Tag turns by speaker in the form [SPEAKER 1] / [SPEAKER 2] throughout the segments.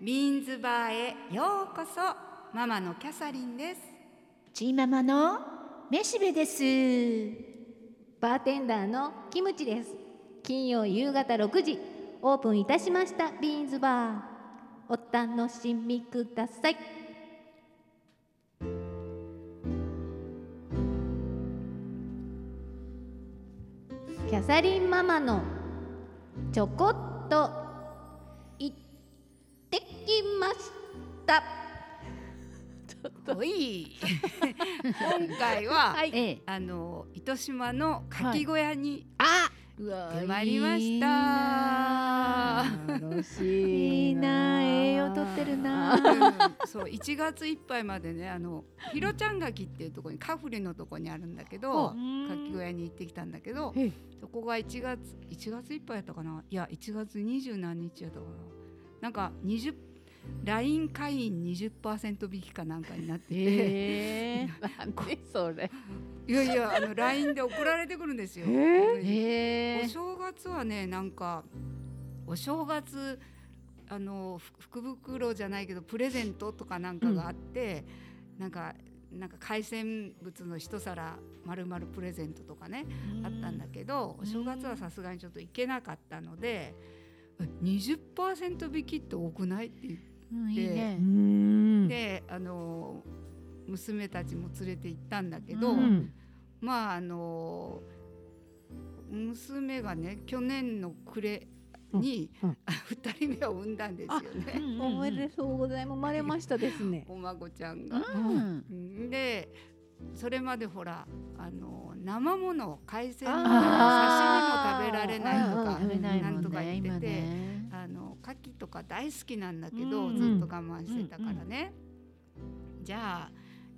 [SPEAKER 1] ビーンズバーへようこそママのキャサリンです
[SPEAKER 2] チーママのめしべです
[SPEAKER 3] バーテンダーのキムチです金曜夕方6時オープンいたしましたビーンズバーお楽しみくださいキャサリンママのちょこっと行ってきました
[SPEAKER 1] おい今回は、
[SPEAKER 3] はい
[SPEAKER 2] ええ、
[SPEAKER 1] あの糸島のかき小屋に
[SPEAKER 2] あ
[SPEAKER 3] うわ
[SPEAKER 1] 泊まりました、
[SPEAKER 2] いいな
[SPEAKER 3] 楽
[SPEAKER 2] い
[SPEAKER 3] し
[SPEAKER 2] いな栄養とってるな
[SPEAKER 1] うんそう1月いっぱいまでねあのひろちゃん垣っていうところにカフリのところにあるんだけどかき小屋に行ってきたんだけど
[SPEAKER 2] ええ
[SPEAKER 1] そこが1月1月いっぱいやったかないや1月二十何日やったかななんか20 LINE 会員20%引きかなんかになってて、
[SPEAKER 2] え
[SPEAKER 3] なんで それ
[SPEAKER 1] いやいやあの LINE で送られてくるんですよ。
[SPEAKER 2] え
[SPEAKER 1] 本当に
[SPEAKER 2] え
[SPEAKER 1] お正月はねなんかお正月あのふ福袋じゃないけどプレゼントとかなんかがあって、なんかなんか海鮮物の一皿まるまるプレゼントとかね、あったんだけどお正月はさすがにちょっと行けなかったのでえ20%引きって多くないって言って
[SPEAKER 2] うんいいね
[SPEAKER 4] うん
[SPEAKER 1] で、あの娘たちも連れて行ったんだけど、
[SPEAKER 2] う
[SPEAKER 4] うん
[SPEAKER 1] まああの娘がね去年の暮れに、
[SPEAKER 4] うんうん
[SPEAKER 1] 二人目を産んだんですよね
[SPEAKER 2] うん
[SPEAKER 3] おめでとうございます生まれましたですね
[SPEAKER 1] お孫ちゃん
[SPEAKER 2] う
[SPEAKER 1] が。
[SPEAKER 2] ん
[SPEAKER 1] うんでそれまでほらあの生もの海鮮の刺身
[SPEAKER 2] あ
[SPEAKER 1] も
[SPEAKER 2] ー
[SPEAKER 1] 食べられないとか
[SPEAKER 2] 食べない
[SPEAKER 1] な
[SPEAKER 2] も
[SPEAKER 1] んと
[SPEAKER 2] ん
[SPEAKER 1] か言
[SPEAKER 2] ね
[SPEAKER 1] って
[SPEAKER 2] 今
[SPEAKER 1] て
[SPEAKER 2] ね
[SPEAKER 1] あの牡蠣とか大好きなんだけど、
[SPEAKER 2] うん
[SPEAKER 1] ずっと我慢してたからね、じゃあ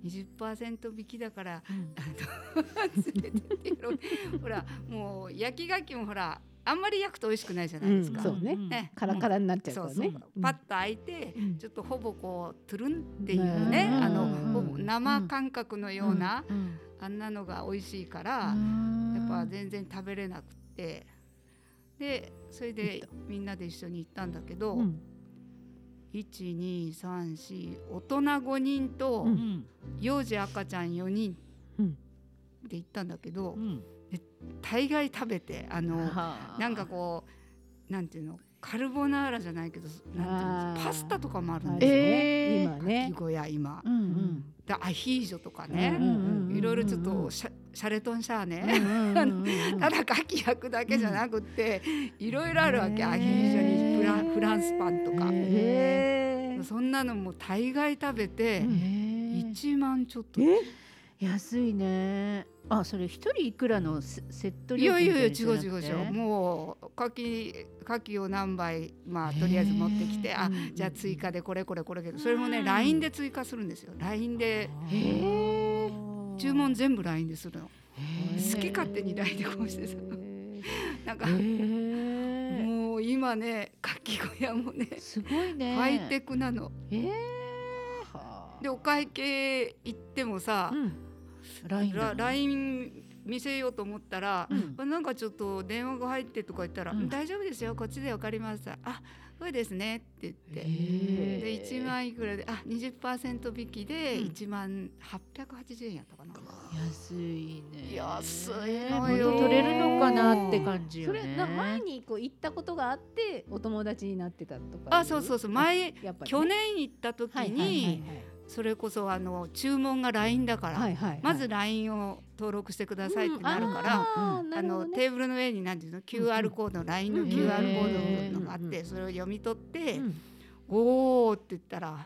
[SPEAKER 1] 20%引きだから
[SPEAKER 2] うん
[SPEAKER 1] あの連れてってやろうほらもう焼き牡蠣もほらあんまり焼くと美味しくないじゃないですか、
[SPEAKER 3] うんそうね
[SPEAKER 1] ね
[SPEAKER 3] カラカラになっちゃ
[SPEAKER 1] そうう
[SPEAKER 3] から
[SPEAKER 1] そう、
[SPEAKER 3] ね
[SPEAKER 1] パッと開いて、
[SPEAKER 3] うん
[SPEAKER 1] ちょっとほぼこうトゥルンっていうね、
[SPEAKER 2] うん
[SPEAKER 1] あの、
[SPEAKER 2] うん
[SPEAKER 1] ほぼ生感覚のような、
[SPEAKER 2] うん
[SPEAKER 1] あんなのが美味しいから、やっぱ全然食べれなくってでそれでみんなで一緒に行ったんだけど、
[SPEAKER 4] うん
[SPEAKER 1] 1234大人5人と
[SPEAKER 4] うん
[SPEAKER 1] 幼児赤ちゃん4人
[SPEAKER 4] うん
[SPEAKER 1] で行ったんだけど、
[SPEAKER 2] うん
[SPEAKER 1] 大概食べてあの
[SPEAKER 2] はあ
[SPEAKER 1] なんかこうなんていうのカルボナーラじゃないけどなんていうの
[SPEAKER 3] あー
[SPEAKER 1] パスタとかもあるんで
[SPEAKER 3] あ
[SPEAKER 1] すよ、
[SPEAKER 3] れ
[SPEAKER 2] えー
[SPEAKER 1] か
[SPEAKER 3] 今ね
[SPEAKER 1] き小屋今、
[SPEAKER 2] うんうん
[SPEAKER 1] でアヒージョとか
[SPEAKER 2] う
[SPEAKER 1] ね、
[SPEAKER 2] んうん
[SPEAKER 1] いろいろちょっ
[SPEAKER 2] うんうん
[SPEAKER 1] とシャシャレトンシャーね、た
[SPEAKER 2] た
[SPEAKER 1] だ牡蠣焼くだけじゃなくって、いろいろあるわけ、
[SPEAKER 2] へー
[SPEAKER 1] アヒージョにフランフランスパンとか、
[SPEAKER 2] へ
[SPEAKER 1] そんなのも大概食べて、1万ちょっと、
[SPEAKER 4] え
[SPEAKER 2] 安いねあそれ一人いくらのセセット
[SPEAKER 1] い
[SPEAKER 2] 料
[SPEAKER 1] やい
[SPEAKER 2] 金
[SPEAKER 1] やいや違う
[SPEAKER 2] みたなの
[SPEAKER 1] 違
[SPEAKER 2] じゃ
[SPEAKER 1] う
[SPEAKER 2] なく
[SPEAKER 1] 違
[SPEAKER 2] て
[SPEAKER 1] うもう牡蠣牡蠣を何杯まあとりあえず持ってきて
[SPEAKER 2] へー
[SPEAKER 1] あ
[SPEAKER 2] うんうん
[SPEAKER 1] じゃあ追加でこれこれこれけどそれもね
[SPEAKER 2] うん
[SPEAKER 1] LINE で追加するんですよ LINE で
[SPEAKER 2] へえ
[SPEAKER 1] 注文全部 LINE でするの
[SPEAKER 2] へ
[SPEAKER 1] 好き勝手に LINE でこうしてさなんか
[SPEAKER 2] え
[SPEAKER 1] もう今ね牡蠣小屋もね
[SPEAKER 2] すごいね
[SPEAKER 1] ハイテクなの
[SPEAKER 2] えー
[SPEAKER 1] でお会計行ってもさ
[SPEAKER 4] うん
[SPEAKER 2] ライン
[SPEAKER 1] ラ
[SPEAKER 2] だ
[SPEAKER 1] LINE 見せようと思ったら
[SPEAKER 2] うん
[SPEAKER 1] あなんかちょっと電話が入ってとか言ったら「
[SPEAKER 2] うん
[SPEAKER 1] 大丈夫ですよこっちでわかりました」あそうですね」って言って。
[SPEAKER 2] へ
[SPEAKER 1] で
[SPEAKER 2] ー
[SPEAKER 1] 1万いくらであ20%引きで
[SPEAKER 2] うん
[SPEAKER 1] 1万880円やったかな、
[SPEAKER 2] 安いね
[SPEAKER 1] 安いのよ
[SPEAKER 2] 元取れるのかなって感じよ
[SPEAKER 3] そ
[SPEAKER 2] ね
[SPEAKER 3] れな前にこう行ったことがあってお友達になってたとか
[SPEAKER 1] あそうそうそう前
[SPEAKER 3] やっぱりね
[SPEAKER 1] 去年行った時
[SPEAKER 3] はいはいはい
[SPEAKER 1] にそれこそあの注文が LINE だから、
[SPEAKER 3] はいはいはい
[SPEAKER 1] まず LINE を登録してくださいってなるから、
[SPEAKER 3] うんあー
[SPEAKER 1] あ
[SPEAKER 3] なるほ
[SPEAKER 1] の
[SPEAKER 3] どね
[SPEAKER 1] テーブルの上に何ていうの QR コード、LINE の
[SPEAKER 3] うん
[SPEAKER 1] QR コードのがあっ
[SPEAKER 4] うんうん
[SPEAKER 1] てそれを読み取って
[SPEAKER 4] うん
[SPEAKER 1] 「おお」って言ったら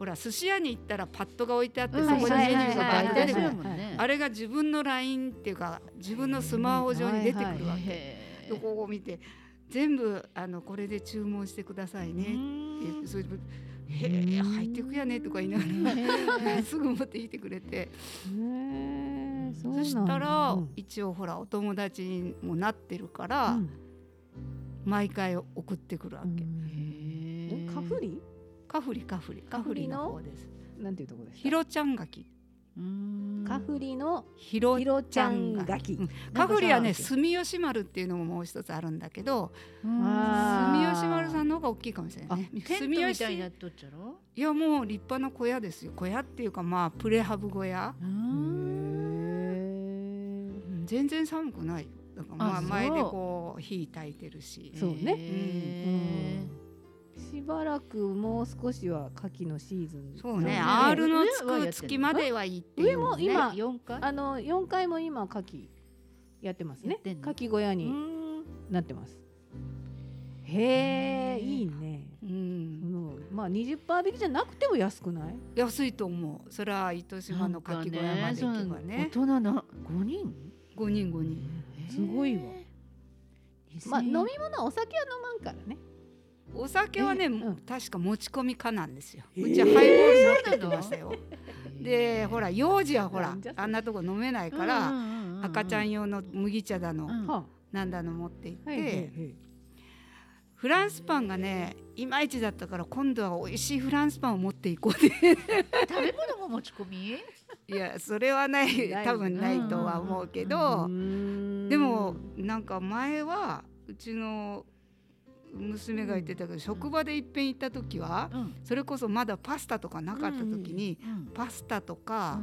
[SPEAKER 1] ほら寿司屋に行ったらパッドが置いてあってそこにメニューがバーッて出てくるあれが自分の LINE っていうか自分のスマホ上に出てくるわけ。でここを見て全部あのこれで注文してくださいねって言ってそれでへえ入ってくやねとか言いながらすぐ持ってきてくれて
[SPEAKER 4] へえそう
[SPEAKER 1] そ
[SPEAKER 4] なんだ
[SPEAKER 1] したら
[SPEAKER 4] うん
[SPEAKER 1] 一応ほらお友達にもなってるから毎回送ってくるわ
[SPEAKER 4] うん
[SPEAKER 1] け。
[SPEAKER 3] カフリ
[SPEAKER 1] カフリカフリカフリの方です。
[SPEAKER 3] なんていうところです
[SPEAKER 1] ひろちゃんがき。
[SPEAKER 3] カフリの
[SPEAKER 1] ひろ
[SPEAKER 3] ひろちゃんがき
[SPEAKER 1] うんカフリはね
[SPEAKER 3] なんか
[SPEAKER 1] 住吉丸っていうのももう一つあるんだけど
[SPEAKER 2] あ
[SPEAKER 1] 住
[SPEAKER 2] ー
[SPEAKER 1] 吉丸さんの方が大きいかもしれな
[SPEAKER 2] あ
[SPEAKER 1] いね
[SPEAKER 2] テントみたいにな
[SPEAKER 1] 住
[SPEAKER 2] っとっちゃろ
[SPEAKER 1] いやもう立派な小屋ですよ小屋っていうかまあプレハブ小屋、うん全然寒くないよだからま
[SPEAKER 2] あ
[SPEAKER 1] あ
[SPEAKER 2] そう
[SPEAKER 1] 前でこう火焚いてるし
[SPEAKER 3] そうね
[SPEAKER 2] へ
[SPEAKER 3] しばらくもう少しは牡蠣のシーズン
[SPEAKER 1] そうね
[SPEAKER 2] ね
[SPEAKER 1] R のつ
[SPEAKER 2] 上はやってん
[SPEAKER 1] く
[SPEAKER 2] の
[SPEAKER 1] 月まではいいってい
[SPEAKER 3] 上
[SPEAKER 1] う
[SPEAKER 3] も
[SPEAKER 2] ーね
[SPEAKER 3] 今
[SPEAKER 2] 四回
[SPEAKER 3] あの4階も今牡蠣やってます
[SPEAKER 2] や
[SPEAKER 3] ね
[SPEAKER 2] ってんの
[SPEAKER 3] 牡蠣小屋
[SPEAKER 2] う
[SPEAKER 3] に
[SPEAKER 2] ん
[SPEAKER 3] なってますへ
[SPEAKER 2] へ
[SPEAKER 3] え
[SPEAKER 2] ー
[SPEAKER 3] いいね
[SPEAKER 1] うん、
[SPEAKER 3] もうまあ20%引きじゃなくても安くない
[SPEAKER 1] 安いと思うそれは糸島のかき小屋まで行けば
[SPEAKER 2] なん
[SPEAKER 1] ね
[SPEAKER 2] かそう大人の五人
[SPEAKER 1] 5人5人
[SPEAKER 3] すごいわまあ飲み
[SPEAKER 2] 飲
[SPEAKER 3] 物お酒は飲まんからね
[SPEAKER 1] お酒はね、
[SPEAKER 3] えうん
[SPEAKER 1] 確か持ち込み可なんですよ
[SPEAKER 3] えー
[SPEAKER 1] うちはハイボール持ってきましたよ、
[SPEAKER 2] み
[SPEAKER 1] でほら幼児はほ
[SPEAKER 3] な
[SPEAKER 1] ら
[SPEAKER 3] んじゃそれ
[SPEAKER 1] あんなとこ飲めないから、赤ちゃん
[SPEAKER 2] よ
[SPEAKER 1] 用の麦茶だの、
[SPEAKER 3] は
[SPEAKER 1] なんだの持って行って、
[SPEAKER 3] あはいはいはい
[SPEAKER 1] フランスパンがねいまいちだったから今度は美味しいフランスパンを持っていこうで
[SPEAKER 2] 食べ物も持ち込み
[SPEAKER 1] いやそれはない
[SPEAKER 3] ない
[SPEAKER 1] 多分ないとは思うけど、でもなんか前はうちの娘が言ってたけど、職場でいっぺん行った時は
[SPEAKER 2] うん
[SPEAKER 1] それこそまだパスタとかなかった時に、
[SPEAKER 2] うん
[SPEAKER 1] パスタとか、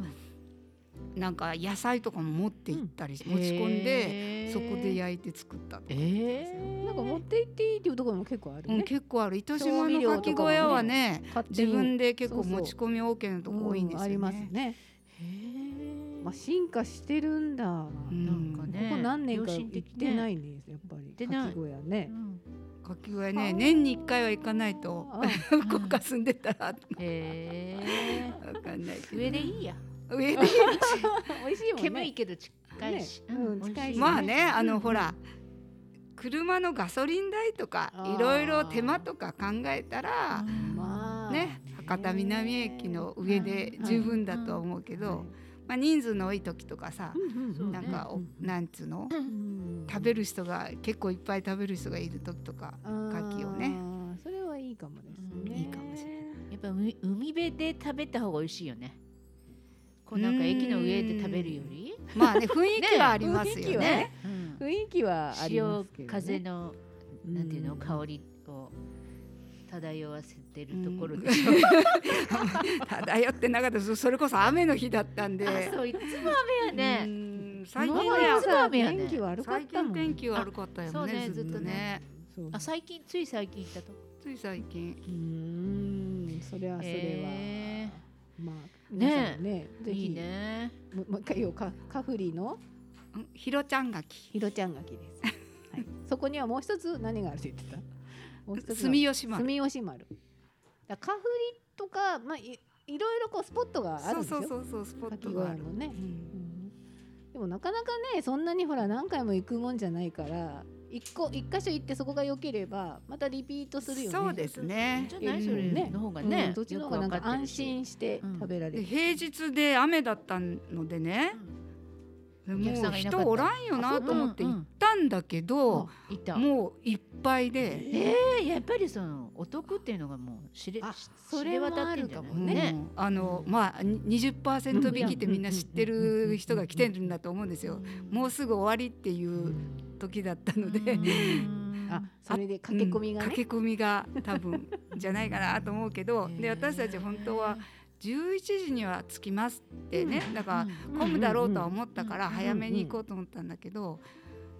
[SPEAKER 1] なんか野菜とかも持って行ったりし、持ち込んで
[SPEAKER 2] で
[SPEAKER 1] そこで焼いて作ったとか、
[SPEAKER 2] え
[SPEAKER 3] なんか持って行っていいっていうところも結構ある
[SPEAKER 1] うん、
[SPEAKER 3] ね
[SPEAKER 1] 結構ある糸
[SPEAKER 3] 調
[SPEAKER 1] 島
[SPEAKER 3] 味
[SPEAKER 1] の
[SPEAKER 3] 料
[SPEAKER 1] か
[SPEAKER 3] とかも
[SPEAKER 1] き小
[SPEAKER 3] ね
[SPEAKER 1] 屋はね
[SPEAKER 3] 勝手
[SPEAKER 1] 自
[SPEAKER 3] に
[SPEAKER 1] 分で結構
[SPEAKER 3] そうそう
[SPEAKER 1] 持ち込み OK のとこ多いんですよね。
[SPEAKER 3] うありますねまあ進化してるんだ、
[SPEAKER 1] うん
[SPEAKER 2] なんかね
[SPEAKER 3] ここ何年か
[SPEAKER 2] 良
[SPEAKER 3] 行
[SPEAKER 2] 心的ね
[SPEAKER 3] ってないんですやっぱり
[SPEAKER 2] ってない
[SPEAKER 3] かき小屋ね
[SPEAKER 1] かき小屋ね年に1回は行かないと
[SPEAKER 3] あー
[SPEAKER 1] 福岡住んでたら
[SPEAKER 2] へえ
[SPEAKER 1] 分かんないけど
[SPEAKER 2] 上でいいや
[SPEAKER 1] 上で
[SPEAKER 3] 美味しいもんね
[SPEAKER 2] 煙いけど近いし
[SPEAKER 3] ねうん近いし
[SPEAKER 1] まあねあのほら車のガソリン代とか
[SPEAKER 3] あー
[SPEAKER 1] いろいろ手間とか考えたら
[SPEAKER 3] まあ
[SPEAKER 1] ね博多南駅の上で十分だとは思うけど、まあ、人数の多い時とかさ、
[SPEAKER 3] うんうん
[SPEAKER 2] そうね
[SPEAKER 1] なんかおなんつうの
[SPEAKER 3] うん
[SPEAKER 1] 食べる人が結構いっぱい食べる人がいる時とか
[SPEAKER 3] あー
[SPEAKER 1] 牡蠣をね
[SPEAKER 3] それはいいかもです
[SPEAKER 2] うん
[SPEAKER 3] ね
[SPEAKER 1] いいかもしれない
[SPEAKER 2] やっぱ海海辺で食べた方が美味しいよねこうなんか駅の上で食べるより
[SPEAKER 1] まあね雰囲気はあります
[SPEAKER 3] ね
[SPEAKER 1] よね
[SPEAKER 3] ね
[SPEAKER 2] うん
[SPEAKER 3] 雰囲気はありま
[SPEAKER 2] 潮
[SPEAKER 3] すけど、ね、
[SPEAKER 2] 風のなんていうの香りを漂わせてるところで しょ
[SPEAKER 1] 漂ってなか ったそそれこそ雨の日だったんで
[SPEAKER 2] あそういつも雨や
[SPEAKER 1] う
[SPEAKER 2] ね
[SPEAKER 1] ん最近
[SPEAKER 2] 今ま
[SPEAKER 1] ね
[SPEAKER 3] 今
[SPEAKER 2] でい
[SPEAKER 3] は
[SPEAKER 2] つも
[SPEAKER 3] さ
[SPEAKER 2] 雨やね
[SPEAKER 3] 天気悪かっ
[SPEAKER 1] 最
[SPEAKER 3] たも
[SPEAKER 1] 近
[SPEAKER 3] ん
[SPEAKER 1] 天気悪かったよ
[SPEAKER 2] あ
[SPEAKER 1] ね
[SPEAKER 2] そうね
[SPEAKER 1] ずっとね
[SPEAKER 3] そう
[SPEAKER 2] あ最近つい最近行ったとこ
[SPEAKER 1] つい最近
[SPEAKER 3] うーんそれはそれは、
[SPEAKER 2] へ
[SPEAKER 3] まあ皆さんもねぜひ
[SPEAKER 2] いいね
[SPEAKER 3] ももう一回言おうかカフリの
[SPEAKER 1] うんひろちゃんがき
[SPEAKER 3] ひろちゃんがきです、はい、そこにはもう一つ何があるって言 ってたもう一つは
[SPEAKER 1] 住吉丸
[SPEAKER 3] 住吉丸だからカフリとか、まあ、いいろいろこうスポットがある
[SPEAKER 1] そ
[SPEAKER 3] ん
[SPEAKER 1] う
[SPEAKER 3] ですよ
[SPEAKER 1] そうそうそうスポッ
[SPEAKER 3] か
[SPEAKER 1] ト
[SPEAKER 3] き小
[SPEAKER 1] があ
[SPEAKER 3] 屋
[SPEAKER 1] る
[SPEAKER 3] もね
[SPEAKER 1] う、ん
[SPEAKER 3] うんでもなかなかねそんなにほら何回も行くもんじゃないから一個一箇所行ってそこが良ければまたリピートするよね
[SPEAKER 1] そうですね
[SPEAKER 2] じゃないそれの方が
[SPEAKER 3] う
[SPEAKER 2] ね
[SPEAKER 3] んどっちの方がなんか安心して
[SPEAKER 2] うん
[SPEAKER 3] 食べられ
[SPEAKER 1] で
[SPEAKER 3] る、
[SPEAKER 1] 平日で雨だったのでねもうん
[SPEAKER 2] お客さがいなかった
[SPEAKER 1] 人おらんよ
[SPEAKER 2] あそ
[SPEAKER 1] な
[SPEAKER 2] う
[SPEAKER 1] と思って行ったんだけど、
[SPEAKER 2] いた
[SPEAKER 1] もういっぱいで、
[SPEAKER 2] ええやっぱりそのお得っていうのがもう知れ
[SPEAKER 3] あ
[SPEAKER 2] 知
[SPEAKER 3] それもあるかもね
[SPEAKER 1] もうあのまあに20%引きってみんな知ってる人が来てるんだと思うんですよ。もうすぐ終わりっていう時だったので、
[SPEAKER 3] あそれで駆け込みが
[SPEAKER 1] うん
[SPEAKER 3] ね、
[SPEAKER 1] 駆け込みが多分じゃないかなと思うけど、で私たち本当は11時には着きますってね、だから混むだろうとは思ったから
[SPEAKER 2] うん
[SPEAKER 1] 早めに行こうと思ったんだけど、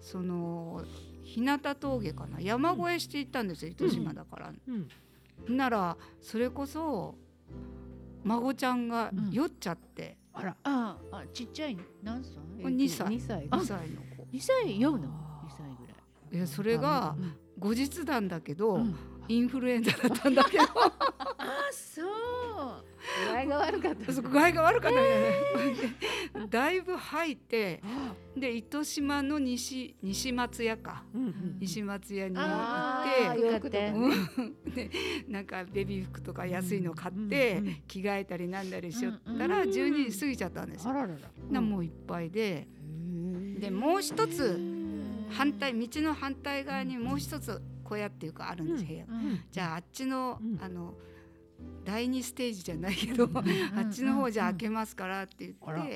[SPEAKER 1] その日向峠かな山越えして行ったんですよ糸島だから。
[SPEAKER 3] うん
[SPEAKER 1] ならそれこそ孫ちゃんが
[SPEAKER 2] うん
[SPEAKER 1] 酔っちゃって、
[SPEAKER 2] あらああちっちゃい何歳
[SPEAKER 1] え二歳
[SPEAKER 3] 2歳
[SPEAKER 1] 2歳の子
[SPEAKER 2] 二歳酔うの二歳ぐらい
[SPEAKER 1] いやそれが後日談だけど、
[SPEAKER 2] うん
[SPEAKER 1] インフルエンザだったんだ けど
[SPEAKER 2] あそう
[SPEAKER 3] 具合が悪かった
[SPEAKER 1] そこ具合が悪かったみたいで、 だいぶ吐いてで糸島の西西松屋か
[SPEAKER 3] うんうん
[SPEAKER 1] 西松屋に
[SPEAKER 2] あ
[SPEAKER 1] 行
[SPEAKER 2] あ
[SPEAKER 1] って。
[SPEAKER 2] よかっ
[SPEAKER 3] ー
[SPEAKER 2] た
[SPEAKER 3] よ
[SPEAKER 2] よ
[SPEAKER 1] うんでなんかベビー服とか安いの買って着替えたりなんだりしよったら
[SPEAKER 2] うん
[SPEAKER 1] 12時過ぎちゃったんです
[SPEAKER 3] あ
[SPEAKER 1] よ。
[SPEAKER 3] ららら
[SPEAKER 1] なもういっぱいででもう一つ反対道の反対側にもう一つ小屋っていうかあるんです、
[SPEAKER 3] うん
[SPEAKER 1] 部屋が
[SPEAKER 2] うん
[SPEAKER 1] じゃああっちの、
[SPEAKER 3] うん
[SPEAKER 1] あの第二ステージじゃないけど、あっちの方じゃ開けますからって言
[SPEAKER 4] あら
[SPEAKER 1] って、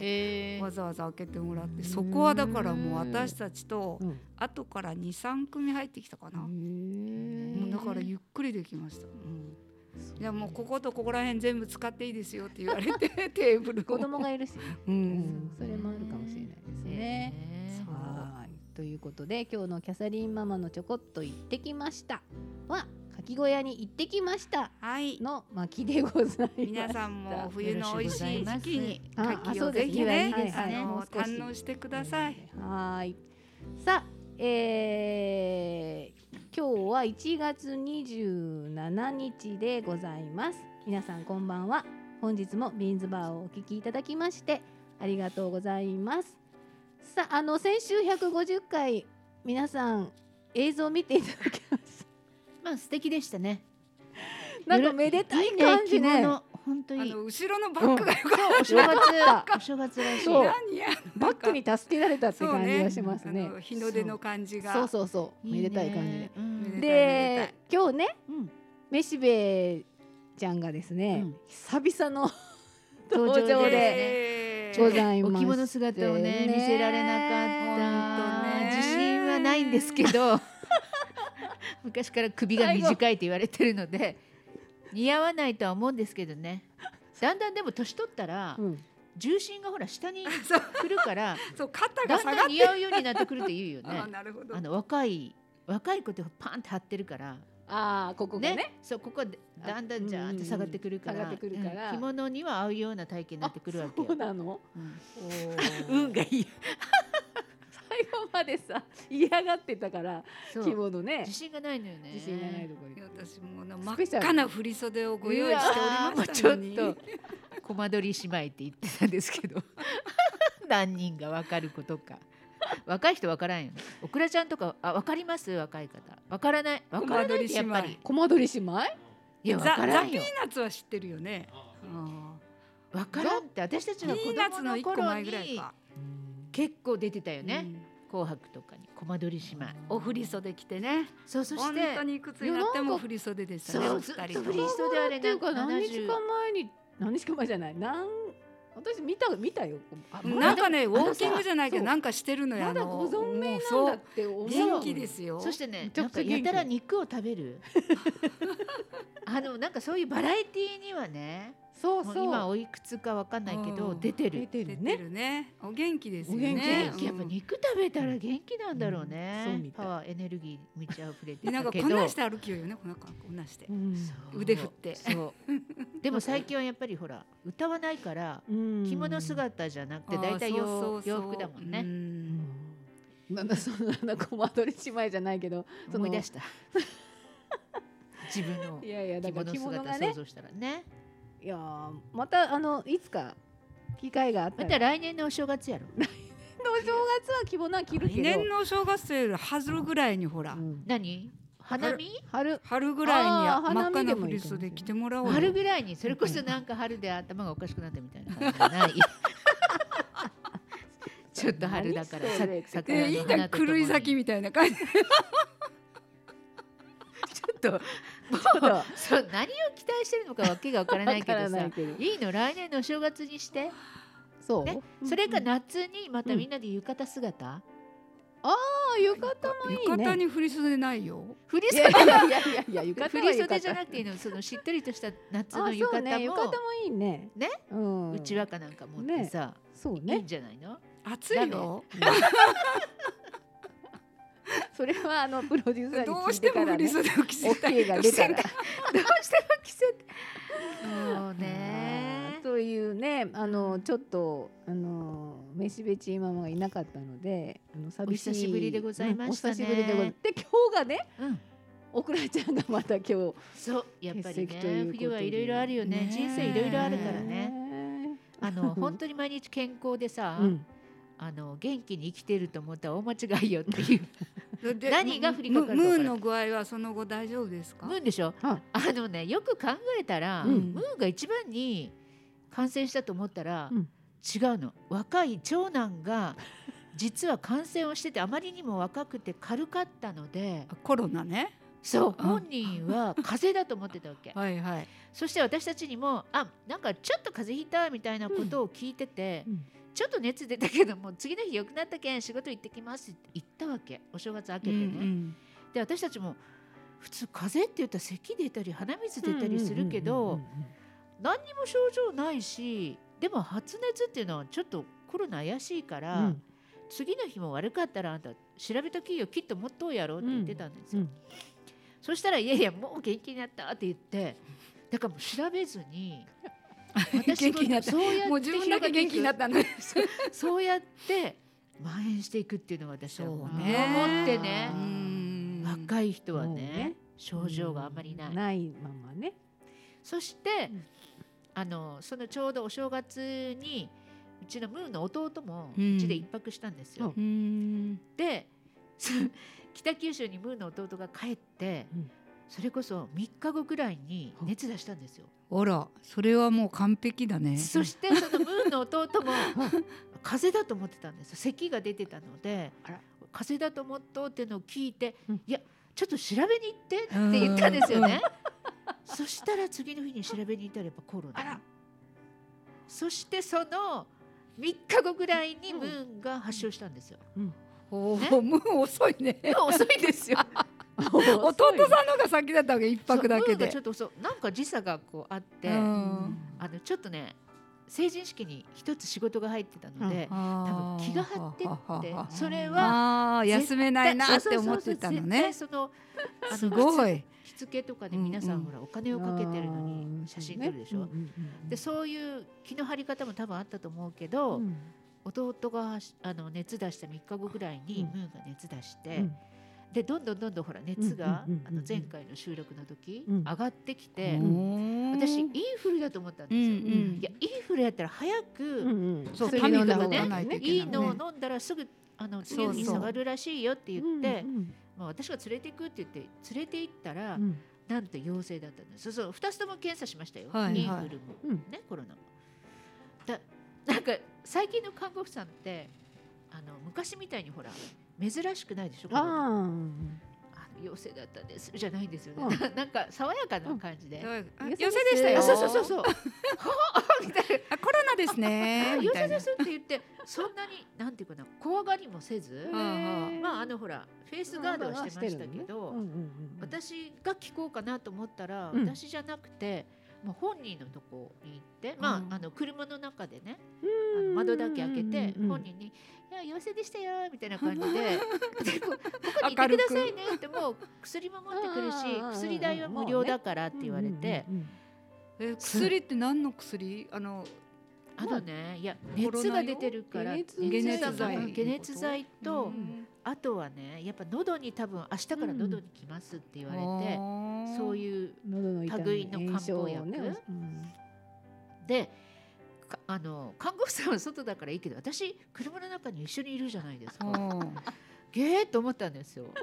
[SPEAKER 2] え
[SPEAKER 1] わざわざ開けてもらってそこはだからもう私たちと
[SPEAKER 4] うん
[SPEAKER 1] 後から23組入ってきたかな、もうだからゆっくりできました、うんじゃあもうこことここら辺全部使っていいですよって言われ てテーブルを
[SPEAKER 3] 子供がいるし、
[SPEAKER 1] う
[SPEAKER 4] うんん、それもあるかもしれないですね。
[SPEAKER 2] ね
[SPEAKER 3] はいということで今日のキャサリンママのちょこっと行ってきましたはかき小屋に行ってきました
[SPEAKER 1] はい
[SPEAKER 3] の巻きでございます。
[SPEAKER 1] 皆さんも冬の美味しい時期に
[SPEAKER 3] よろしゅうご
[SPEAKER 1] 柿を
[SPEAKER 3] ざいますああそうで
[SPEAKER 1] ぜ
[SPEAKER 3] すね
[SPEAKER 1] ひね
[SPEAKER 3] はいはい
[SPEAKER 1] あ
[SPEAKER 3] もう
[SPEAKER 1] の
[SPEAKER 3] 少し
[SPEAKER 1] 堪能してください。
[SPEAKER 3] はーい。さあ、えー今日は1月27日でございます。皆さんこんばんは。本日もビーンズバーをお聞きいただきましてありがとうございます。さあ、あの先週150回皆さん映像を見ていた だきまし
[SPEAKER 2] まあ素敵でしたね。
[SPEAKER 3] た。なんかめでたい感じね。
[SPEAKER 2] 本当
[SPEAKER 1] あ
[SPEAKER 2] に。
[SPEAKER 1] の後ろのバッグがよかっ
[SPEAKER 2] お正月、お正月らし
[SPEAKER 1] た。
[SPEAKER 2] い。
[SPEAKER 3] そう
[SPEAKER 1] 何や
[SPEAKER 3] バックに助けられたって
[SPEAKER 1] そう
[SPEAKER 3] 感じ
[SPEAKER 1] ね
[SPEAKER 3] がします
[SPEAKER 1] あ
[SPEAKER 3] ね。
[SPEAKER 1] の日の出の感じが。
[SPEAKER 3] そうそうそう、めでたい感じで。
[SPEAKER 1] めでたいめ
[SPEAKER 3] で
[SPEAKER 1] で
[SPEAKER 3] 今日ね
[SPEAKER 2] うん
[SPEAKER 3] めしべちゃんがですね、
[SPEAKER 2] うん
[SPEAKER 3] 久々の
[SPEAKER 2] 登
[SPEAKER 3] 登
[SPEAKER 2] 場
[SPEAKER 3] 場
[SPEAKER 2] で
[SPEAKER 3] で
[SPEAKER 1] えー
[SPEAKER 3] ござい
[SPEAKER 2] お
[SPEAKER 3] ま
[SPEAKER 2] 着
[SPEAKER 3] す。
[SPEAKER 2] 物姿をね見せられなか
[SPEAKER 1] ほんと
[SPEAKER 2] った。
[SPEAKER 1] ね
[SPEAKER 2] 自信はないんですけど、昔から首が短いと言われてるので似合わないとは思うんですけどね。だんだんでも年取ったら
[SPEAKER 4] うん
[SPEAKER 2] 重心がほら下に
[SPEAKER 1] そう
[SPEAKER 2] 来る から、
[SPEAKER 1] そう肩が
[SPEAKER 2] だん
[SPEAKER 1] 下
[SPEAKER 2] だ
[SPEAKER 1] がっ
[SPEAKER 2] ん
[SPEAKER 1] て
[SPEAKER 2] 似合うようになってくるって言うよ
[SPEAKER 1] あ
[SPEAKER 2] ね
[SPEAKER 1] ー。なるほど
[SPEAKER 2] あ。の若い若い子ってパンって張ってるから
[SPEAKER 4] ああここ
[SPEAKER 2] ねそうここはだんだんじゃーって下がってくるから
[SPEAKER 4] うんうんうん下がってくるから
[SPEAKER 2] うん着物には合うような体型になってくるわけよ
[SPEAKER 4] そう。なの。
[SPEAKER 2] うん
[SPEAKER 4] 運がいい。最後までさ嫌がってたから
[SPEAKER 2] そう
[SPEAKER 4] 着物ね
[SPEAKER 2] 自。信がないのよね。
[SPEAKER 4] 自信がないところ。
[SPEAKER 1] 私もな
[SPEAKER 4] ス
[SPEAKER 1] 真
[SPEAKER 4] ペシャ
[SPEAKER 1] っ
[SPEAKER 4] ル
[SPEAKER 1] 赤な振り袖をご用意しておりまし
[SPEAKER 2] う
[SPEAKER 1] た
[SPEAKER 2] わ
[SPEAKER 1] の
[SPEAKER 2] ーもう
[SPEAKER 1] に。
[SPEAKER 2] ちょっとコマ撮り姉妹って言ってたんですけど 何人がわかることか若い人わからんよね。オクラちゃんとかあわかります若い方わからないわからないってやっぱり
[SPEAKER 4] コマ撮り姉妹？
[SPEAKER 2] いやわ
[SPEAKER 1] ザ
[SPEAKER 2] から
[SPEAKER 1] ザ
[SPEAKER 2] ん
[SPEAKER 1] ピー
[SPEAKER 2] よ。
[SPEAKER 1] ナッツは知ってるよね。あ
[SPEAKER 2] わからんって私たち
[SPEAKER 1] ー
[SPEAKER 2] の
[SPEAKER 1] ピ
[SPEAKER 2] 子
[SPEAKER 1] ーナッツ
[SPEAKER 2] 供
[SPEAKER 1] の
[SPEAKER 2] の
[SPEAKER 1] 一個
[SPEAKER 2] 頃
[SPEAKER 1] 前ぐらい
[SPEAKER 2] に
[SPEAKER 1] か。
[SPEAKER 2] 結構出てたよね。
[SPEAKER 1] うん
[SPEAKER 2] 紅白とかにコマ撮り姉妹。
[SPEAKER 1] お振り袖着てね。
[SPEAKER 2] そうそし
[SPEAKER 1] 本
[SPEAKER 2] て
[SPEAKER 1] 当にいくつになって
[SPEAKER 4] いやなん
[SPEAKER 1] も
[SPEAKER 4] か
[SPEAKER 1] 振り袖でしたね。
[SPEAKER 2] そ
[SPEAKER 1] お
[SPEAKER 2] う
[SPEAKER 1] 二
[SPEAKER 2] ずっ
[SPEAKER 1] 人
[SPEAKER 2] と
[SPEAKER 1] と
[SPEAKER 2] フリ
[SPEAKER 1] も
[SPEAKER 2] ーストであれ
[SPEAKER 4] ってい
[SPEAKER 2] ね
[SPEAKER 4] うか何日
[SPEAKER 2] 70
[SPEAKER 4] か前に何日か前じゃない。なん私見た見たよ。あ
[SPEAKER 1] うん
[SPEAKER 4] ま
[SPEAKER 1] なん
[SPEAKER 4] だ
[SPEAKER 1] かねウォーキングじゃないけ
[SPEAKER 4] そ
[SPEAKER 1] ど
[SPEAKER 4] う
[SPEAKER 1] なんかしてるのよ。
[SPEAKER 4] まだ
[SPEAKER 1] あの
[SPEAKER 4] ご存命
[SPEAKER 1] もうそ
[SPEAKER 4] なんだっ
[SPEAKER 1] う
[SPEAKER 4] て思う。
[SPEAKER 1] 元気ですよ。
[SPEAKER 2] そしてね
[SPEAKER 4] めちゃ
[SPEAKER 2] なん
[SPEAKER 4] く
[SPEAKER 2] か
[SPEAKER 4] ちゃ元気
[SPEAKER 2] やたら肉を食べる あのなんかそういうバラエティーにはね
[SPEAKER 4] そう
[SPEAKER 2] も
[SPEAKER 4] そう
[SPEAKER 2] う。今おいくつかわかんないけど
[SPEAKER 1] うん
[SPEAKER 2] 出て
[SPEAKER 4] 出
[SPEAKER 2] る
[SPEAKER 4] て
[SPEAKER 1] 出
[SPEAKER 4] る
[SPEAKER 1] て
[SPEAKER 4] ね。
[SPEAKER 1] るね。お元気ですよ
[SPEAKER 4] お
[SPEAKER 1] ね
[SPEAKER 2] 元。
[SPEAKER 1] う
[SPEAKER 2] 気やっぱ
[SPEAKER 1] ん
[SPEAKER 2] 肉食べたら元気なんだろうね、
[SPEAKER 4] うんそうみたい
[SPEAKER 2] パワーエネルギー満ち溢れて
[SPEAKER 1] でなん
[SPEAKER 2] た
[SPEAKER 1] か
[SPEAKER 2] け
[SPEAKER 1] こ
[SPEAKER 2] ど
[SPEAKER 1] んなんして歩きよるよね。こんなんかこんなんして
[SPEAKER 4] う。ん
[SPEAKER 2] そう
[SPEAKER 1] 腕振って
[SPEAKER 2] そう でも最近はやっぱりほら歌わないから
[SPEAKER 4] うん
[SPEAKER 2] 着物姿じゃなくて
[SPEAKER 1] あー
[SPEAKER 2] 大体
[SPEAKER 1] そ
[SPEAKER 2] 洋
[SPEAKER 1] うそうそう
[SPEAKER 2] 洋服だもん
[SPEAKER 1] う
[SPEAKER 2] ね
[SPEAKER 4] なん だそんな なコマ撮り姉妹じゃないけどその
[SPEAKER 2] 思い 出した自分の
[SPEAKER 4] いやいやだ
[SPEAKER 2] 着
[SPEAKER 4] から
[SPEAKER 2] 物
[SPEAKER 4] 着物
[SPEAKER 2] 姿
[SPEAKER 4] が
[SPEAKER 2] 想
[SPEAKER 4] ね
[SPEAKER 2] 像したらね
[SPEAKER 4] いやーまたあのいつか機会があった
[SPEAKER 2] ま
[SPEAKER 4] ら
[SPEAKER 2] た来年のお正月やろ
[SPEAKER 4] お正月は着物は着るけ
[SPEAKER 1] 来
[SPEAKER 4] ど
[SPEAKER 1] 年のお正月より春ぐらいにほら
[SPEAKER 4] う。ん
[SPEAKER 2] 何花見
[SPEAKER 4] 春
[SPEAKER 1] 春ぐらいに
[SPEAKER 4] あー
[SPEAKER 1] 真っ赤
[SPEAKER 4] 花見で
[SPEAKER 1] な
[SPEAKER 4] も
[SPEAKER 1] フ
[SPEAKER 4] いい
[SPEAKER 1] リ
[SPEAKER 4] かもしれな
[SPEAKER 1] 袖
[SPEAKER 4] い
[SPEAKER 1] 着てもらおうよ。
[SPEAKER 2] 春ぐらいにそれこそなんか春で頭がおかしくなったみたいな感じじゃない ちょっと春だから
[SPEAKER 4] 何
[SPEAKER 2] さ
[SPEAKER 4] それ
[SPEAKER 2] 桜
[SPEAKER 1] でい
[SPEAKER 2] の
[SPEAKER 1] いな
[SPEAKER 2] 花ととも
[SPEAKER 1] 狂
[SPEAKER 2] に
[SPEAKER 1] い咲きみたいな感じ。
[SPEAKER 2] ちょっと
[SPEAKER 4] ちょっとわ
[SPEAKER 2] そう何を期待してるのかわけがわからないけ
[SPEAKER 4] か
[SPEAKER 2] ど
[SPEAKER 4] らな
[SPEAKER 2] さ
[SPEAKER 4] いけど
[SPEAKER 2] いいの来年のお正月にして、
[SPEAKER 4] そう、
[SPEAKER 2] ね、それか
[SPEAKER 4] な
[SPEAKER 2] 夏にまたみんなで浴衣姿、
[SPEAKER 4] 浴衣もいい
[SPEAKER 1] 浴衣
[SPEAKER 4] ね
[SPEAKER 1] に振り袖ないよ。
[SPEAKER 2] 振り
[SPEAKER 4] い
[SPEAKER 2] 袖
[SPEAKER 4] やいやいやいやいや 浴
[SPEAKER 2] 振
[SPEAKER 4] 衣は
[SPEAKER 2] り袖
[SPEAKER 4] 浴衣
[SPEAKER 2] じゃなくていいのそのしっとりとした夏
[SPEAKER 4] あ
[SPEAKER 2] の浴
[SPEAKER 4] そう
[SPEAKER 2] 衣
[SPEAKER 4] ね浴衣
[SPEAKER 2] も
[SPEAKER 4] もいいね
[SPEAKER 2] ね
[SPEAKER 4] うん
[SPEAKER 2] うちわかなんか持ってさ、
[SPEAKER 4] そう
[SPEAKER 2] いい
[SPEAKER 4] ね
[SPEAKER 2] んじゃないの
[SPEAKER 1] 暑いよ。
[SPEAKER 4] それはあのプロデューサーに
[SPEAKER 1] ど
[SPEAKER 4] 聞
[SPEAKER 1] う
[SPEAKER 4] い
[SPEAKER 1] してて
[SPEAKER 4] か
[SPEAKER 1] も
[SPEAKER 4] ら
[SPEAKER 1] 振
[SPEAKER 4] ね
[SPEAKER 1] り袖を着せたい。
[SPEAKER 4] OK が出た ら
[SPEAKER 2] どうしても着せて。もう
[SPEAKER 4] あー
[SPEAKER 2] ね。
[SPEAKER 4] というねあのちょっとあのめしべちママがいなかったのであの寂しい
[SPEAKER 2] お久しぶりでございましたね
[SPEAKER 4] うんお久しぶりでございで今日がね
[SPEAKER 2] うん。
[SPEAKER 4] オクラちゃんがまた今日
[SPEAKER 2] そう、やっぱり
[SPEAKER 4] 欠席という
[SPEAKER 2] ね
[SPEAKER 4] こ、とで
[SPEAKER 2] 冬はいろいろあるよね
[SPEAKER 4] ね。
[SPEAKER 2] 人生いろいろあるからね。
[SPEAKER 4] ね
[SPEAKER 2] あ の、本当に毎日健康でさ
[SPEAKER 4] う、ん
[SPEAKER 2] あの、元気に生きてると思ったら大間違いよっていう。
[SPEAKER 1] で
[SPEAKER 2] 何が降りかかるかわから
[SPEAKER 1] ム
[SPEAKER 2] な
[SPEAKER 1] ム
[SPEAKER 2] い
[SPEAKER 1] ーンの具合はその後大丈夫ですか
[SPEAKER 2] ム。ーンでしょ
[SPEAKER 4] は
[SPEAKER 2] あ
[SPEAKER 4] い
[SPEAKER 2] のね、よく考えたら、
[SPEAKER 4] う
[SPEAKER 2] ム
[SPEAKER 4] ん
[SPEAKER 2] ーンが一番に感染したと思ったら
[SPEAKER 4] うん、
[SPEAKER 2] 違うの。若い長男が、実は感染をしててあまりにも若くて軽かったので
[SPEAKER 1] あコロナね。
[SPEAKER 2] そう本人は風邪だと思ってたわ け
[SPEAKER 1] はいはい
[SPEAKER 2] そして私たちにもあなんかちょっと風邪ひいたみたいなことを聞いてて、
[SPEAKER 4] うん
[SPEAKER 2] ちょっと熱出たけども次の日良くなったけん仕事行ってきますって言ったわけお正月明
[SPEAKER 1] う
[SPEAKER 2] けて
[SPEAKER 1] ん
[SPEAKER 2] ね、
[SPEAKER 1] うん
[SPEAKER 2] で私たちも普通風邪って言ったら咳出たり鼻水出たりするけど、
[SPEAKER 4] うんうんうんうん
[SPEAKER 2] 何にも症状ないしでも発熱っていうのはちょっとコロナ怪しいから、
[SPEAKER 4] うん
[SPEAKER 2] 次の日も悪かったらあんた調べときよきっともっとうやろうって言ってたんですよ、
[SPEAKER 4] うん
[SPEAKER 2] そしたら「いやいやもう元気になった」って言ってだからもう調べずに私
[SPEAKER 1] 元気になった
[SPEAKER 2] そうやって
[SPEAKER 1] もう自分だけ元気になったのに
[SPEAKER 2] そうやって蔓延していくっていうのが私は
[SPEAKER 1] そ
[SPEAKER 2] 思っ
[SPEAKER 1] うね
[SPEAKER 2] て
[SPEAKER 1] う
[SPEAKER 2] ね
[SPEAKER 1] ん
[SPEAKER 2] 若い人はね
[SPEAKER 4] もうね
[SPEAKER 2] 症状があんまりない。
[SPEAKER 4] ないままね
[SPEAKER 2] そして、
[SPEAKER 4] うん
[SPEAKER 2] あのそのちょうどお正月にうちのムーの弟も
[SPEAKER 1] うん
[SPEAKER 2] うちで一泊したんですよ。
[SPEAKER 1] うん
[SPEAKER 2] で そ北九州にムーの弟が帰って、
[SPEAKER 4] うん
[SPEAKER 2] それこそ3日後ぐらいに熱出したんですよ。
[SPEAKER 1] あらそれはもう完璧だね
[SPEAKER 2] そしてそのムーの弟も風邪だと思ってたんですよ咳が出てたので
[SPEAKER 4] あら
[SPEAKER 2] 風邪だと思っとうっていうのを聞いて、
[SPEAKER 4] うん
[SPEAKER 2] いやちょっと調べに行ってって言ったんですよね。そしたら次の日に調べに行ったらやっぱコロ
[SPEAKER 4] あら
[SPEAKER 2] ナ。そしてその3日後ぐらいにムーンが発症したんですよ。
[SPEAKER 1] おーもう遅いね
[SPEAKER 2] いや遅いですよ。
[SPEAKER 1] 弟さんのが先だったわけ一泊だ
[SPEAKER 2] そ
[SPEAKER 1] け
[SPEAKER 2] うムーンが
[SPEAKER 1] で
[SPEAKER 2] ちょっと遅いなんか時差がこうあって、
[SPEAKER 1] うん
[SPEAKER 2] あのちょっとね成人式に一つ仕事が入ってたので、多
[SPEAKER 1] 多
[SPEAKER 2] 分気が張ってってそれ
[SPEAKER 1] あ
[SPEAKER 2] は
[SPEAKER 1] ー休めないなって思ってたのね
[SPEAKER 2] そうそうそうそう絶対そ
[SPEAKER 1] す
[SPEAKER 2] の
[SPEAKER 1] ご
[SPEAKER 2] い
[SPEAKER 1] い
[SPEAKER 2] 着付けとかで皆さ
[SPEAKER 1] うんんうん
[SPEAKER 2] ほらお金をかけてるのに写真撮るでしょ。で
[SPEAKER 4] そ
[SPEAKER 2] そういう気の張り方も多分あったと思うけど、弟があの熱出した3日後ぐらいに
[SPEAKER 4] う
[SPEAKER 2] ムーが熱出して、
[SPEAKER 4] うん
[SPEAKER 2] でどんどんどんどんほら熱が、
[SPEAKER 4] うんうんうんうん
[SPEAKER 2] あの前回の収録の時、
[SPEAKER 4] うん
[SPEAKER 2] 上がってきて、私
[SPEAKER 1] 私
[SPEAKER 2] インフルだと思ったんですよ。
[SPEAKER 1] うんうん
[SPEAKER 2] いやインフルやったら早
[SPEAKER 4] うんう
[SPEAKER 2] く、
[SPEAKER 4] ん
[SPEAKER 1] そう
[SPEAKER 2] 薬
[SPEAKER 1] タミフル
[SPEAKER 2] 飲んだ方
[SPEAKER 1] を打
[SPEAKER 2] がね
[SPEAKER 1] たないといけない
[SPEAKER 2] いいのを
[SPEAKER 1] ね
[SPEAKER 2] 飲んだらすぐあ
[SPEAKER 1] そ
[SPEAKER 2] の
[SPEAKER 1] う
[SPEAKER 2] 次の日
[SPEAKER 1] そう
[SPEAKER 2] 下がるらしいよって言って、
[SPEAKER 4] うんうん
[SPEAKER 2] まあ、私が連れていくって言って連れて行ったら、
[SPEAKER 4] うん
[SPEAKER 2] なんと陽性だったんですそうそう2つとも検査しましたよ、
[SPEAKER 1] はいはい
[SPEAKER 2] インフルも、
[SPEAKER 4] うん
[SPEAKER 2] ねコロナもだ なんか最近の看護婦さんってあの昔みたいにほら珍しくないでしょコロナあ
[SPEAKER 4] あ
[SPEAKER 2] の陽性だったんですじゃないんですよね、
[SPEAKER 4] う
[SPEAKER 2] なんか爽やかな感じで、
[SPEAKER 1] あ
[SPEAKER 4] 優
[SPEAKER 1] 寄
[SPEAKER 4] しい
[SPEAKER 1] せでしたよ
[SPEAKER 2] あそうそうそうそうみたい
[SPEAKER 1] あコロナですね
[SPEAKER 2] な
[SPEAKER 1] み
[SPEAKER 2] 陽
[SPEAKER 1] た
[SPEAKER 2] 性
[SPEAKER 1] いな
[SPEAKER 2] ですって言ってそんなになんていうかな怖がりもせず、
[SPEAKER 1] うん
[SPEAKER 4] ー
[SPEAKER 2] まああのほらフェイスガードはしてましたけど、
[SPEAKER 4] うんうんうん
[SPEAKER 2] 私が聞こうかなと思ったら、
[SPEAKER 4] うん
[SPEAKER 2] 私じゃなくてもう本人のとこに行って、まあ
[SPEAKER 1] うん
[SPEAKER 2] あの車の中でねあ
[SPEAKER 4] う
[SPEAKER 2] の
[SPEAKER 4] ん
[SPEAKER 2] 窓だけ開けて
[SPEAKER 4] うんうんうん
[SPEAKER 2] 本人に「いや陽性でしたよ」みたいな感じ で「でこここにいてくださいね」ってもう薬も持ってくるし
[SPEAKER 4] うんうんうんうん
[SPEAKER 2] 薬代は無料だからって言われて、
[SPEAKER 4] うんうんうん
[SPEAKER 1] え薬って何の薬あの
[SPEAKER 2] あのねいや
[SPEAKER 1] コロナ
[SPEAKER 2] 熱
[SPEAKER 1] 用
[SPEAKER 2] が出てるから
[SPEAKER 4] 解熱
[SPEAKER 1] 解熱
[SPEAKER 2] だから
[SPEAKER 1] 剤
[SPEAKER 2] 解熱剤と、
[SPEAKER 1] うん
[SPEAKER 2] あとはねやっぱ喉に多分明日から喉にきますって言われて、そういう
[SPEAKER 4] 喉の痛み
[SPEAKER 2] 類の漢方薬
[SPEAKER 4] 炎症をね
[SPEAKER 2] でかあの看護婦さんは外だからいいけど私車の中に一緒にいるじゃないです
[SPEAKER 1] あ
[SPEAKER 2] か
[SPEAKER 1] ー
[SPEAKER 2] ゲーと思ったんですよ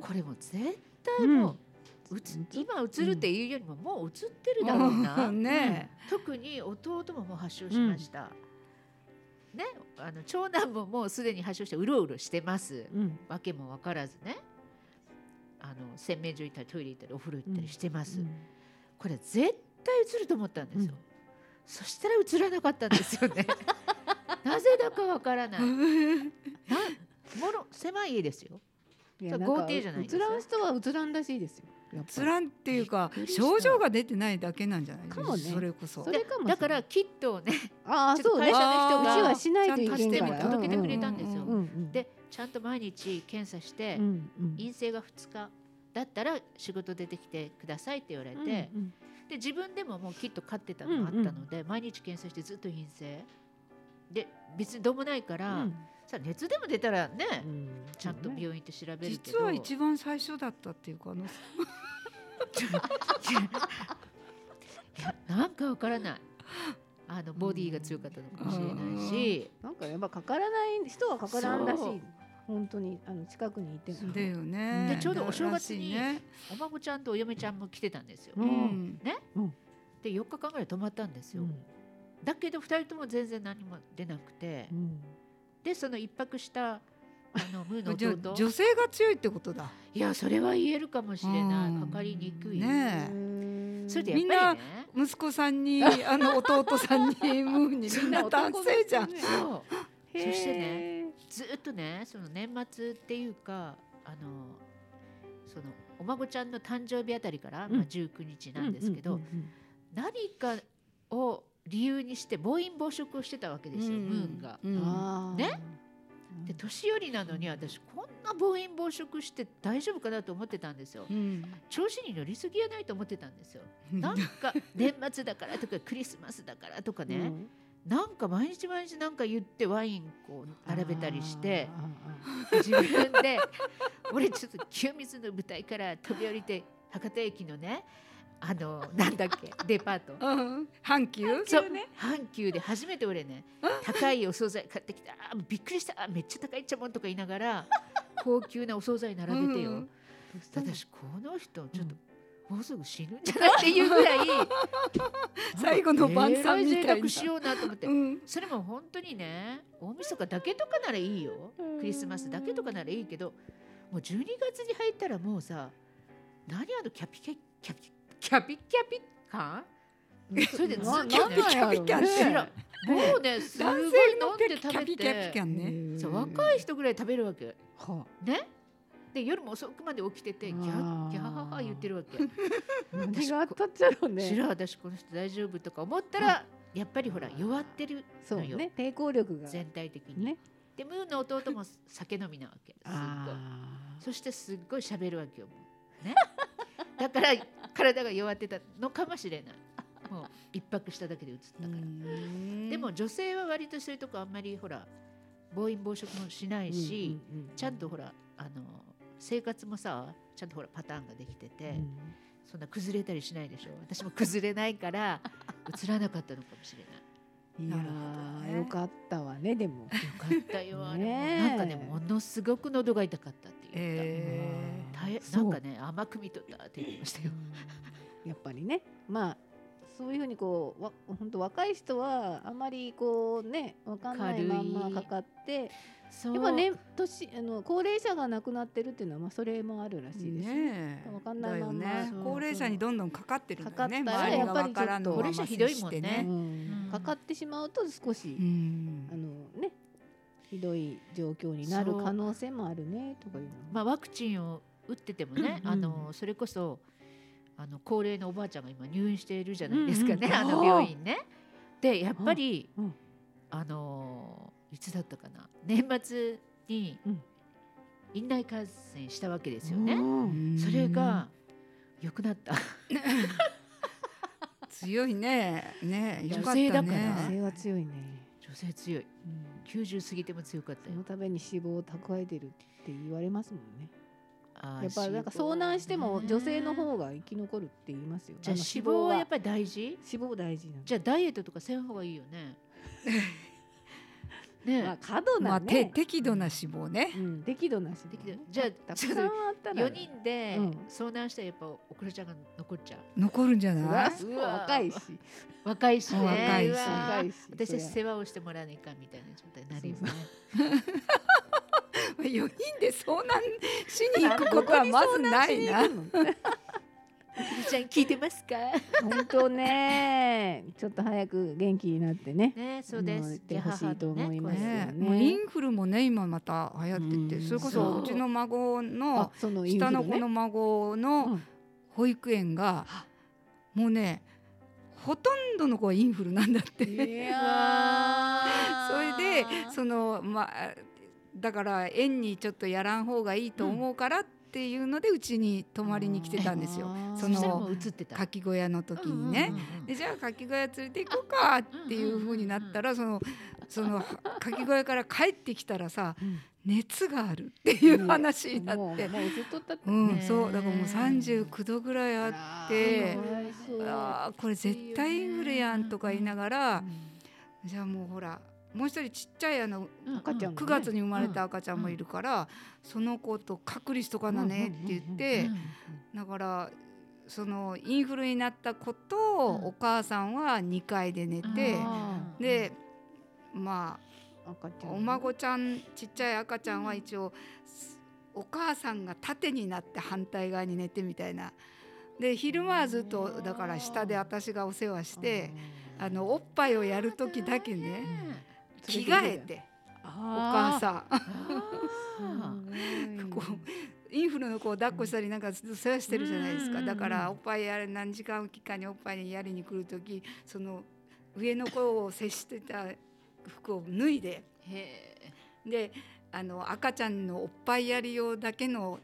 [SPEAKER 2] これもう絶対もう、うつ
[SPEAKER 4] うん
[SPEAKER 2] 今映るっていうよりももう映ってるだろうな、
[SPEAKER 1] ね
[SPEAKER 2] 特に弟ももう発症しました、ねあの長男ももうすでに発症してうろうろしてます
[SPEAKER 4] うんうん
[SPEAKER 2] わけも分からずねあの洗面所行ったりトイレ行ったりお風呂行ったりしてます、これ絶対映ると思ったんですよ、
[SPEAKER 4] うん
[SPEAKER 2] そしたら映らなかったんです よねなぜだかわからないもろ狭い家ですよ
[SPEAKER 4] いや
[SPEAKER 2] それ
[SPEAKER 4] なんか
[SPEAKER 2] GoTo じゃないんです
[SPEAKER 4] う
[SPEAKER 2] よ
[SPEAKER 4] つらん人はうつらんらしいですよやっぱり
[SPEAKER 1] つらんっていうか
[SPEAKER 2] びっくりした
[SPEAKER 1] 症状が出てないだけなんじゃない
[SPEAKER 4] かもね
[SPEAKER 1] それこそ
[SPEAKER 4] それかもしれな
[SPEAKER 2] だ
[SPEAKER 4] い
[SPEAKER 2] からキットをね
[SPEAKER 4] ああ
[SPEAKER 2] ちょっ
[SPEAKER 4] そ
[SPEAKER 2] と
[SPEAKER 4] う
[SPEAKER 2] 会
[SPEAKER 4] ね
[SPEAKER 2] 社の人
[SPEAKER 4] う
[SPEAKER 2] が
[SPEAKER 4] ちはしないといけん
[SPEAKER 1] ち
[SPEAKER 4] か
[SPEAKER 1] ゃん
[SPEAKER 4] ら
[SPEAKER 1] と足しても
[SPEAKER 2] 届けてくれたんですよ
[SPEAKER 1] う
[SPEAKER 4] うんうんうん
[SPEAKER 2] でちゃんと毎日検査して、
[SPEAKER 4] うんうん
[SPEAKER 2] 陰性が2日だったら仕事出てきてくださいって言われて、
[SPEAKER 4] うん
[SPEAKER 2] で
[SPEAKER 4] うん
[SPEAKER 2] 自分でももうキット買ってたのがあったので、毎日検査してずっと陰性で別にどうもないから、さあ熱でも出たらね、
[SPEAKER 4] うん
[SPEAKER 2] ちゃんと病院行って調べるけ
[SPEAKER 1] 実
[SPEAKER 2] ど
[SPEAKER 1] は一番最初だったっていうかあの
[SPEAKER 2] いやなんかわからないあのボディが強かったのかもしれないし、
[SPEAKER 4] なんかやっぱかからない人はかからんらし
[SPEAKER 2] そう
[SPEAKER 4] い本当にあの近くにいても
[SPEAKER 1] だよね
[SPEAKER 2] でちょうどお正月に
[SPEAKER 1] だらしいね
[SPEAKER 2] お孫ちゃんとお嫁ちゃんも来てたんですよ、
[SPEAKER 4] う
[SPEAKER 1] うんん
[SPEAKER 2] で4日間ぐらい泊まったんですよ、
[SPEAKER 4] うん
[SPEAKER 2] だけど2人とも全然何も出なくて、
[SPEAKER 4] うん
[SPEAKER 2] でその1泊したあのムーの
[SPEAKER 1] じゃ
[SPEAKER 2] 弟
[SPEAKER 1] 女性が強いってことだ
[SPEAKER 2] いやそれは言えるかもしれない、
[SPEAKER 1] うん
[SPEAKER 2] かかりにくい
[SPEAKER 1] ねえ
[SPEAKER 2] それでやっぱりね
[SPEAKER 1] 息子さんにあの弟さんにムーにみんな男性じゃん。
[SPEAKER 2] そう
[SPEAKER 3] へー
[SPEAKER 2] そしてねずっとねその年末っていうかあのそのお孫ちゃんの誕生日あたりから、
[SPEAKER 3] うん
[SPEAKER 2] まあ、19日なんですけ
[SPEAKER 3] うん
[SPEAKER 2] ど、
[SPEAKER 3] うんうん
[SPEAKER 2] 何かを理由にして暴飲暴食をしてたわけですよ、ムーンが。
[SPEAKER 1] うん
[SPEAKER 4] あー
[SPEAKER 2] ねで年寄りなのに私こんな暴飲暴食して大丈夫かなと思ってたんですよ。
[SPEAKER 1] うん
[SPEAKER 2] 調子に乗りすぎやないと思ってたんですよ。なんか年末だからとかクリスマスだからとか
[SPEAKER 4] う
[SPEAKER 2] ね、
[SPEAKER 4] ん
[SPEAKER 2] なんか毎日毎日なんか言ってワインこう並べたりして
[SPEAKER 4] あー
[SPEAKER 2] 自分で俺ちょっと清水の舞台から飛び降りて博多駅のねあのなんだっけデパート
[SPEAKER 1] うん阪急
[SPEAKER 2] そう阪急で初めて俺ね高いお惣菜買ってきたあーびっくりしたあーめっちゃ高いっちゃもんとか言いなが ら高級なお惣菜並べてよ、
[SPEAKER 1] うん
[SPEAKER 2] 私この人ちょっと、もうすぐ死ぬんじゃないっていうぐらい
[SPEAKER 1] 最後の晩餐みたいな
[SPEAKER 2] えら贅沢しようなと思って、
[SPEAKER 1] うん
[SPEAKER 2] それも本当にね大晦日だけとかならいいよクリスマスだけとかならいいけどもう12月に入ったらもうさ何あのキャピキャキャピキャピキャピ 感それでずっとね
[SPEAKER 1] キャピキャピキャン
[SPEAKER 2] 知らん
[SPEAKER 1] ね。
[SPEAKER 2] もうねすごい
[SPEAKER 1] 男
[SPEAKER 2] 飲ん
[SPEAKER 1] 性のキ
[SPEAKER 2] で
[SPEAKER 1] ャ
[SPEAKER 2] 食べ
[SPEAKER 1] ピキャピキャ
[SPEAKER 2] て
[SPEAKER 1] ンね。
[SPEAKER 2] そう若
[SPEAKER 4] い。
[SPEAKER 2] い人ぐらい食べるわけ
[SPEAKER 4] は
[SPEAKER 2] ねで夜も遅くまで起きててギャッ
[SPEAKER 4] あー
[SPEAKER 2] ギャハハ言ってるわけ
[SPEAKER 4] あ何があったっちゃろう
[SPEAKER 2] 知
[SPEAKER 4] ね。
[SPEAKER 2] らん私この人大丈夫とか思ったらやっぱりほら弱ってる
[SPEAKER 4] そう
[SPEAKER 2] のよ
[SPEAKER 4] ね、抵抗力が。
[SPEAKER 2] 全体的に
[SPEAKER 4] ね。
[SPEAKER 2] でムーの弟も酒飲みなわけすっごい
[SPEAKER 4] あ
[SPEAKER 2] そしてすっごい喋るわけよもうねだから体が弱ってたのかもしれないもう一泊しただけで移ったから、でも女性は割とそういうとこあんまりほら暴飲暴食もしない
[SPEAKER 4] ー
[SPEAKER 2] し、、
[SPEAKER 4] ううう
[SPEAKER 2] ちゃんとほらあの生活もさちゃんとほらパターンができてて、
[SPEAKER 4] うん
[SPEAKER 2] そんな崩れたりしないでしょ私も崩れないから 映らなかったのかもしれない
[SPEAKER 4] い
[SPEAKER 1] なるほどね
[SPEAKER 4] やーよかったわねでも。
[SPEAKER 2] よかったよあれも
[SPEAKER 4] ね
[SPEAKER 2] な
[SPEAKER 4] え
[SPEAKER 2] んか ねものすごく喉が痛かったって言った、
[SPEAKER 1] えー
[SPEAKER 2] 大変
[SPEAKER 4] そ
[SPEAKER 2] な
[SPEAKER 4] うん
[SPEAKER 2] かね甘く見とったって言ってましたよ。
[SPEAKER 4] やっぱりね、まあそういうふうにこうわ本当若い人はあまりこうねわかんないまんまかかって、
[SPEAKER 2] そう
[SPEAKER 4] やっぱね年あの高齢者が亡くなってるっていうのはまあそれもあるらしいですね。
[SPEAKER 1] ねえ
[SPEAKER 4] わかんない
[SPEAKER 1] だよ
[SPEAKER 4] まんま
[SPEAKER 1] ね
[SPEAKER 2] そう
[SPEAKER 1] 高齢者にどんどんかかってるんだよね
[SPEAKER 4] かかったら
[SPEAKER 1] 周りがわからんの
[SPEAKER 2] やっぱりちょっと
[SPEAKER 1] まま接して
[SPEAKER 2] 高齢者ひどい
[SPEAKER 4] う
[SPEAKER 2] もう
[SPEAKER 4] ん
[SPEAKER 2] ん
[SPEAKER 4] かかってしまうと少し、
[SPEAKER 1] うん
[SPEAKER 4] あのねひどい状況になる可能性もあるねとかいうの。
[SPEAKER 2] まあ、ワクチンを打っててもね、
[SPEAKER 4] うんうん
[SPEAKER 2] あのそれこそあの高齢のおばあちゃんが今入院しているじゃないですかね、
[SPEAKER 4] うんうん
[SPEAKER 2] あの病院ね。でやっぱり、
[SPEAKER 4] うん
[SPEAKER 2] あのいつだったかな年末に
[SPEAKER 4] うん
[SPEAKER 2] 院内感染したわけですよ
[SPEAKER 4] う
[SPEAKER 2] ね。
[SPEAKER 4] ん
[SPEAKER 2] それが良くなった。
[SPEAKER 1] 強いねねよかった
[SPEAKER 2] 女性だから
[SPEAKER 1] ね
[SPEAKER 4] 女性は強いね。
[SPEAKER 2] 女性強い
[SPEAKER 4] うん
[SPEAKER 2] 90過ぎても強かった
[SPEAKER 4] その
[SPEAKER 2] よ。
[SPEAKER 4] ために脂肪を蓄 えてるって言われますもんね。
[SPEAKER 2] あー
[SPEAKER 4] やっぱなんか
[SPEAKER 2] 脂肪
[SPEAKER 4] 遭難しても女性の
[SPEAKER 2] ね
[SPEAKER 4] 方が生き残るって言いますよ。
[SPEAKER 2] じゃあ
[SPEAKER 4] の
[SPEAKER 2] 脂肪はやっ
[SPEAKER 4] り
[SPEAKER 2] ぱり大事
[SPEAKER 4] 脂肪大事なの。
[SPEAKER 2] じゃあダイエットとかせん方がいいよね。 ねえ
[SPEAKER 4] まあ過度
[SPEAKER 1] ま
[SPEAKER 4] な
[SPEAKER 1] あて
[SPEAKER 4] ね。
[SPEAKER 1] 適度な脂肪ね
[SPEAKER 4] うん適度な脂肪。
[SPEAKER 2] できるじゃあ
[SPEAKER 4] たく
[SPEAKER 2] ちょ
[SPEAKER 4] さ
[SPEAKER 2] っ
[SPEAKER 4] ん
[SPEAKER 2] と
[SPEAKER 4] あったら
[SPEAKER 2] 4人で
[SPEAKER 4] うん
[SPEAKER 2] 遭難したらやっぱオクラちゃんが残っちゃう
[SPEAKER 1] 残るんじゃ
[SPEAKER 4] う
[SPEAKER 1] ない
[SPEAKER 4] わ
[SPEAKER 2] う
[SPEAKER 4] そう
[SPEAKER 2] わ
[SPEAKER 4] 若いし
[SPEAKER 2] 若いしね
[SPEAKER 1] 若いし
[SPEAKER 2] うわ
[SPEAKER 4] 若いし
[SPEAKER 2] 私
[SPEAKER 4] そ
[SPEAKER 2] た
[SPEAKER 4] り
[SPEAKER 2] ち
[SPEAKER 4] ゃ
[SPEAKER 2] 世話をしてもらわないかんみたいな状態になるよね
[SPEAKER 1] 4人で遭難しに行くことはまずないな
[SPEAKER 4] どこ
[SPEAKER 2] ゆ
[SPEAKER 4] に
[SPEAKER 2] りちゃん聞いてます か
[SPEAKER 4] 遭難しに行くの本当ね。ちょっと早く元気になってね。
[SPEAKER 2] ねそうです
[SPEAKER 4] 乗ってほしいと思います
[SPEAKER 2] ギャハハのね
[SPEAKER 1] ね
[SPEAKER 4] ね
[SPEAKER 1] もうインフルもね今また流行って
[SPEAKER 4] う
[SPEAKER 1] て
[SPEAKER 4] ん
[SPEAKER 1] それこ
[SPEAKER 2] そ
[SPEAKER 1] そううちの孫の
[SPEAKER 4] あそのインフ
[SPEAKER 1] 下
[SPEAKER 4] ル
[SPEAKER 1] の
[SPEAKER 4] ね
[SPEAKER 1] 子の孫の
[SPEAKER 4] うん
[SPEAKER 1] 保育園がもうねほとんどの子はインフルなんだって。
[SPEAKER 4] いや
[SPEAKER 1] それでそのまあだから園にちょっとやらん方がいいと思うからっていうのでうちに泊まりに来て
[SPEAKER 4] ー
[SPEAKER 1] たんですよ。
[SPEAKER 4] あー
[SPEAKER 1] そ
[SPEAKER 2] そしたら
[SPEAKER 1] の
[SPEAKER 2] もう映ってた
[SPEAKER 1] かき小屋の時にね。
[SPEAKER 2] うんうんうんうん
[SPEAKER 1] でじゃあかき小屋連れて行こうかっていう風になったらそのそのかき小屋から帰ってきたらさ
[SPEAKER 4] うん
[SPEAKER 1] 熱があるっていう話にな
[SPEAKER 4] も
[SPEAKER 1] っ
[SPEAKER 4] う
[SPEAKER 1] て。
[SPEAKER 4] もうずっとったって
[SPEAKER 1] うん、
[SPEAKER 2] ね
[SPEAKER 1] そうだからもう39度ぐらいあっで
[SPEAKER 4] かわいそう
[SPEAKER 1] あーこれ絶対インフルやんとか言いながらじゃあもうほらもう一人ちっちゃいあの
[SPEAKER 4] 赤ちゃん
[SPEAKER 1] 9月に生まれた赤ちゃんもいるから、その子と隔離しとかなねって言って、
[SPEAKER 2] うん
[SPEAKER 1] だからそのインフルになった子と
[SPEAKER 2] うん
[SPEAKER 1] お母さんは2階で寝て、
[SPEAKER 2] うん
[SPEAKER 1] でまあ
[SPEAKER 3] 赤ちゃん
[SPEAKER 1] お孫ちゃんちっちゃい赤ちゃんは一応、お母さんが縦になって反対側に寝てみたいなで昼間はずっとだから下で私がお世話してあのおっぱいをやる時だけね着替えて
[SPEAKER 3] お
[SPEAKER 1] お母
[SPEAKER 3] ん
[SPEAKER 1] さん こ
[SPEAKER 3] こ
[SPEAKER 1] インフルの子を抱っこしたりなんかずっと世話してるじゃないです
[SPEAKER 2] うんう
[SPEAKER 1] か
[SPEAKER 2] んうんう
[SPEAKER 1] だ
[SPEAKER 2] ん
[SPEAKER 1] からおっぱいやれ何時間期間におっぱいやりに来る時その上の子を接してた服を脱いで
[SPEAKER 2] へ
[SPEAKER 1] であの赤ちゃんのおっぱいやり用だけの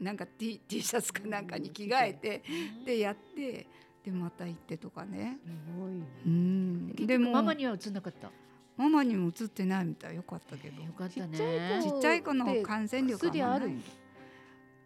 [SPEAKER 1] なんか T, T シャツかなんかに着替えて
[SPEAKER 2] え
[SPEAKER 1] でやってでまた行ってとかね。
[SPEAKER 3] すごいね
[SPEAKER 1] うん
[SPEAKER 2] 結
[SPEAKER 1] で
[SPEAKER 2] 局
[SPEAKER 1] も
[SPEAKER 2] ママには映んなかった
[SPEAKER 1] ママにも映ってないみたいよかったけど
[SPEAKER 2] よかった
[SPEAKER 3] ちっちゃ
[SPEAKER 2] ね
[SPEAKER 3] い
[SPEAKER 1] ち
[SPEAKER 3] 子
[SPEAKER 1] っちゃい子の
[SPEAKER 3] で
[SPEAKER 1] 感染力
[SPEAKER 3] 薬
[SPEAKER 1] あ
[SPEAKER 3] あ
[SPEAKER 1] んま
[SPEAKER 3] る
[SPEAKER 1] ない
[SPEAKER 3] ん
[SPEAKER 1] い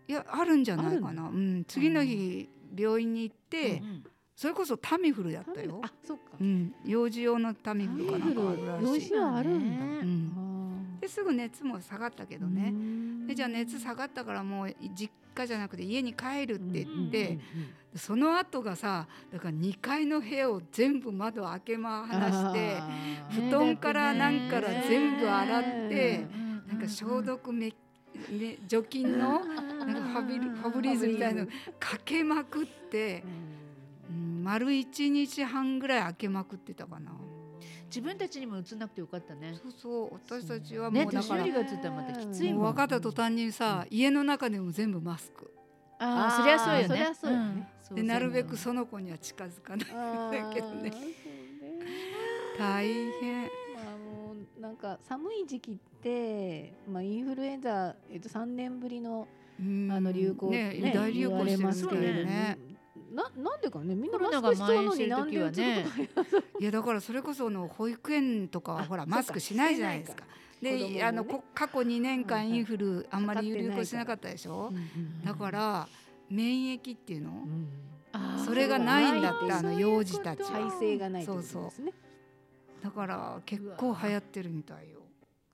[SPEAKER 1] やあるんじゃないかな、うん、次の日病院に行って、
[SPEAKER 2] うん
[SPEAKER 1] それこそタミフルだったよ
[SPEAKER 3] あ、そっか
[SPEAKER 1] うん、幼児用のタミフルかなんかある
[SPEAKER 3] タ
[SPEAKER 1] ら
[SPEAKER 3] ミフル幼
[SPEAKER 1] し
[SPEAKER 3] 児
[SPEAKER 1] い、
[SPEAKER 3] 用はあるんだ
[SPEAKER 1] う
[SPEAKER 2] ね
[SPEAKER 1] ん、
[SPEAKER 3] あ
[SPEAKER 1] ですぐ熱も下がったけ
[SPEAKER 3] ー
[SPEAKER 1] どね、
[SPEAKER 3] うん
[SPEAKER 1] でじゃあ熱下がったからもう実家じゃなくて家に帰るって言って、
[SPEAKER 3] うんうん
[SPEAKER 1] その後がさだから2階の部屋を全部窓開けま話して
[SPEAKER 3] あー
[SPEAKER 1] 布団からなんから全部洗って、
[SPEAKER 3] ね
[SPEAKER 1] なんか消毒め、め除菌のなんかファビリファブリーズみたいなのかけまくって
[SPEAKER 3] う、
[SPEAKER 1] うん、丸1日半ぐらい開けまくってたかな。
[SPEAKER 2] 自分たちにも映んなくてよかったね
[SPEAKER 1] そうそう私たちはも
[SPEAKER 2] ね
[SPEAKER 1] うだ
[SPEAKER 2] 年
[SPEAKER 1] から、
[SPEAKER 2] 寄りが映ったらまたきつい
[SPEAKER 1] もう
[SPEAKER 2] も
[SPEAKER 1] 分
[SPEAKER 2] ん
[SPEAKER 1] かった途端にさ、家の中でも全部マスク
[SPEAKER 2] あーそりゃそうよね
[SPEAKER 3] そりゃそうよね
[SPEAKER 2] うん
[SPEAKER 1] でなるべく
[SPEAKER 2] そう
[SPEAKER 1] その子には近づかない
[SPEAKER 3] だ
[SPEAKER 1] けどね
[SPEAKER 3] そうね
[SPEAKER 1] 大変
[SPEAKER 3] まあもうなんか寒い時期って、まあ、インフルエンザ、えっと、3年ぶりの
[SPEAKER 1] うん
[SPEAKER 3] あの流行
[SPEAKER 1] ね大流行してますけど
[SPEAKER 3] 言わ
[SPEAKER 1] ね
[SPEAKER 3] れますけどななんでかねみんな
[SPEAKER 2] コロナ
[SPEAKER 3] マスクし
[SPEAKER 2] が
[SPEAKER 3] てるの
[SPEAKER 2] 蔓延して
[SPEAKER 3] に
[SPEAKER 2] る
[SPEAKER 3] なんでうちのことが
[SPEAKER 1] いやだからそれこそあの保育園とかは
[SPEAKER 3] あ
[SPEAKER 1] ほら
[SPEAKER 3] そっか
[SPEAKER 1] マスクしないじゃないですか。
[SPEAKER 3] ないか子供も
[SPEAKER 1] で
[SPEAKER 3] ね
[SPEAKER 1] あのこ過去2年
[SPEAKER 3] はい
[SPEAKER 1] 間
[SPEAKER 3] はい
[SPEAKER 1] インフルあんまり
[SPEAKER 3] かかってない
[SPEAKER 1] 流
[SPEAKER 3] から
[SPEAKER 1] 行してなかったでしょ
[SPEAKER 3] うん
[SPEAKER 1] だから免疫っていうの
[SPEAKER 3] うんうん
[SPEAKER 2] あー
[SPEAKER 1] それがないんだ
[SPEAKER 3] そ
[SPEAKER 1] っ
[SPEAKER 3] う
[SPEAKER 1] て
[SPEAKER 3] だ
[SPEAKER 1] あの幼児たち
[SPEAKER 2] そういう
[SPEAKER 1] は
[SPEAKER 2] こ
[SPEAKER 3] 耐性がないってこと
[SPEAKER 1] そう
[SPEAKER 3] で
[SPEAKER 1] そ
[SPEAKER 3] すね
[SPEAKER 1] だから結構流行ってるみたいよ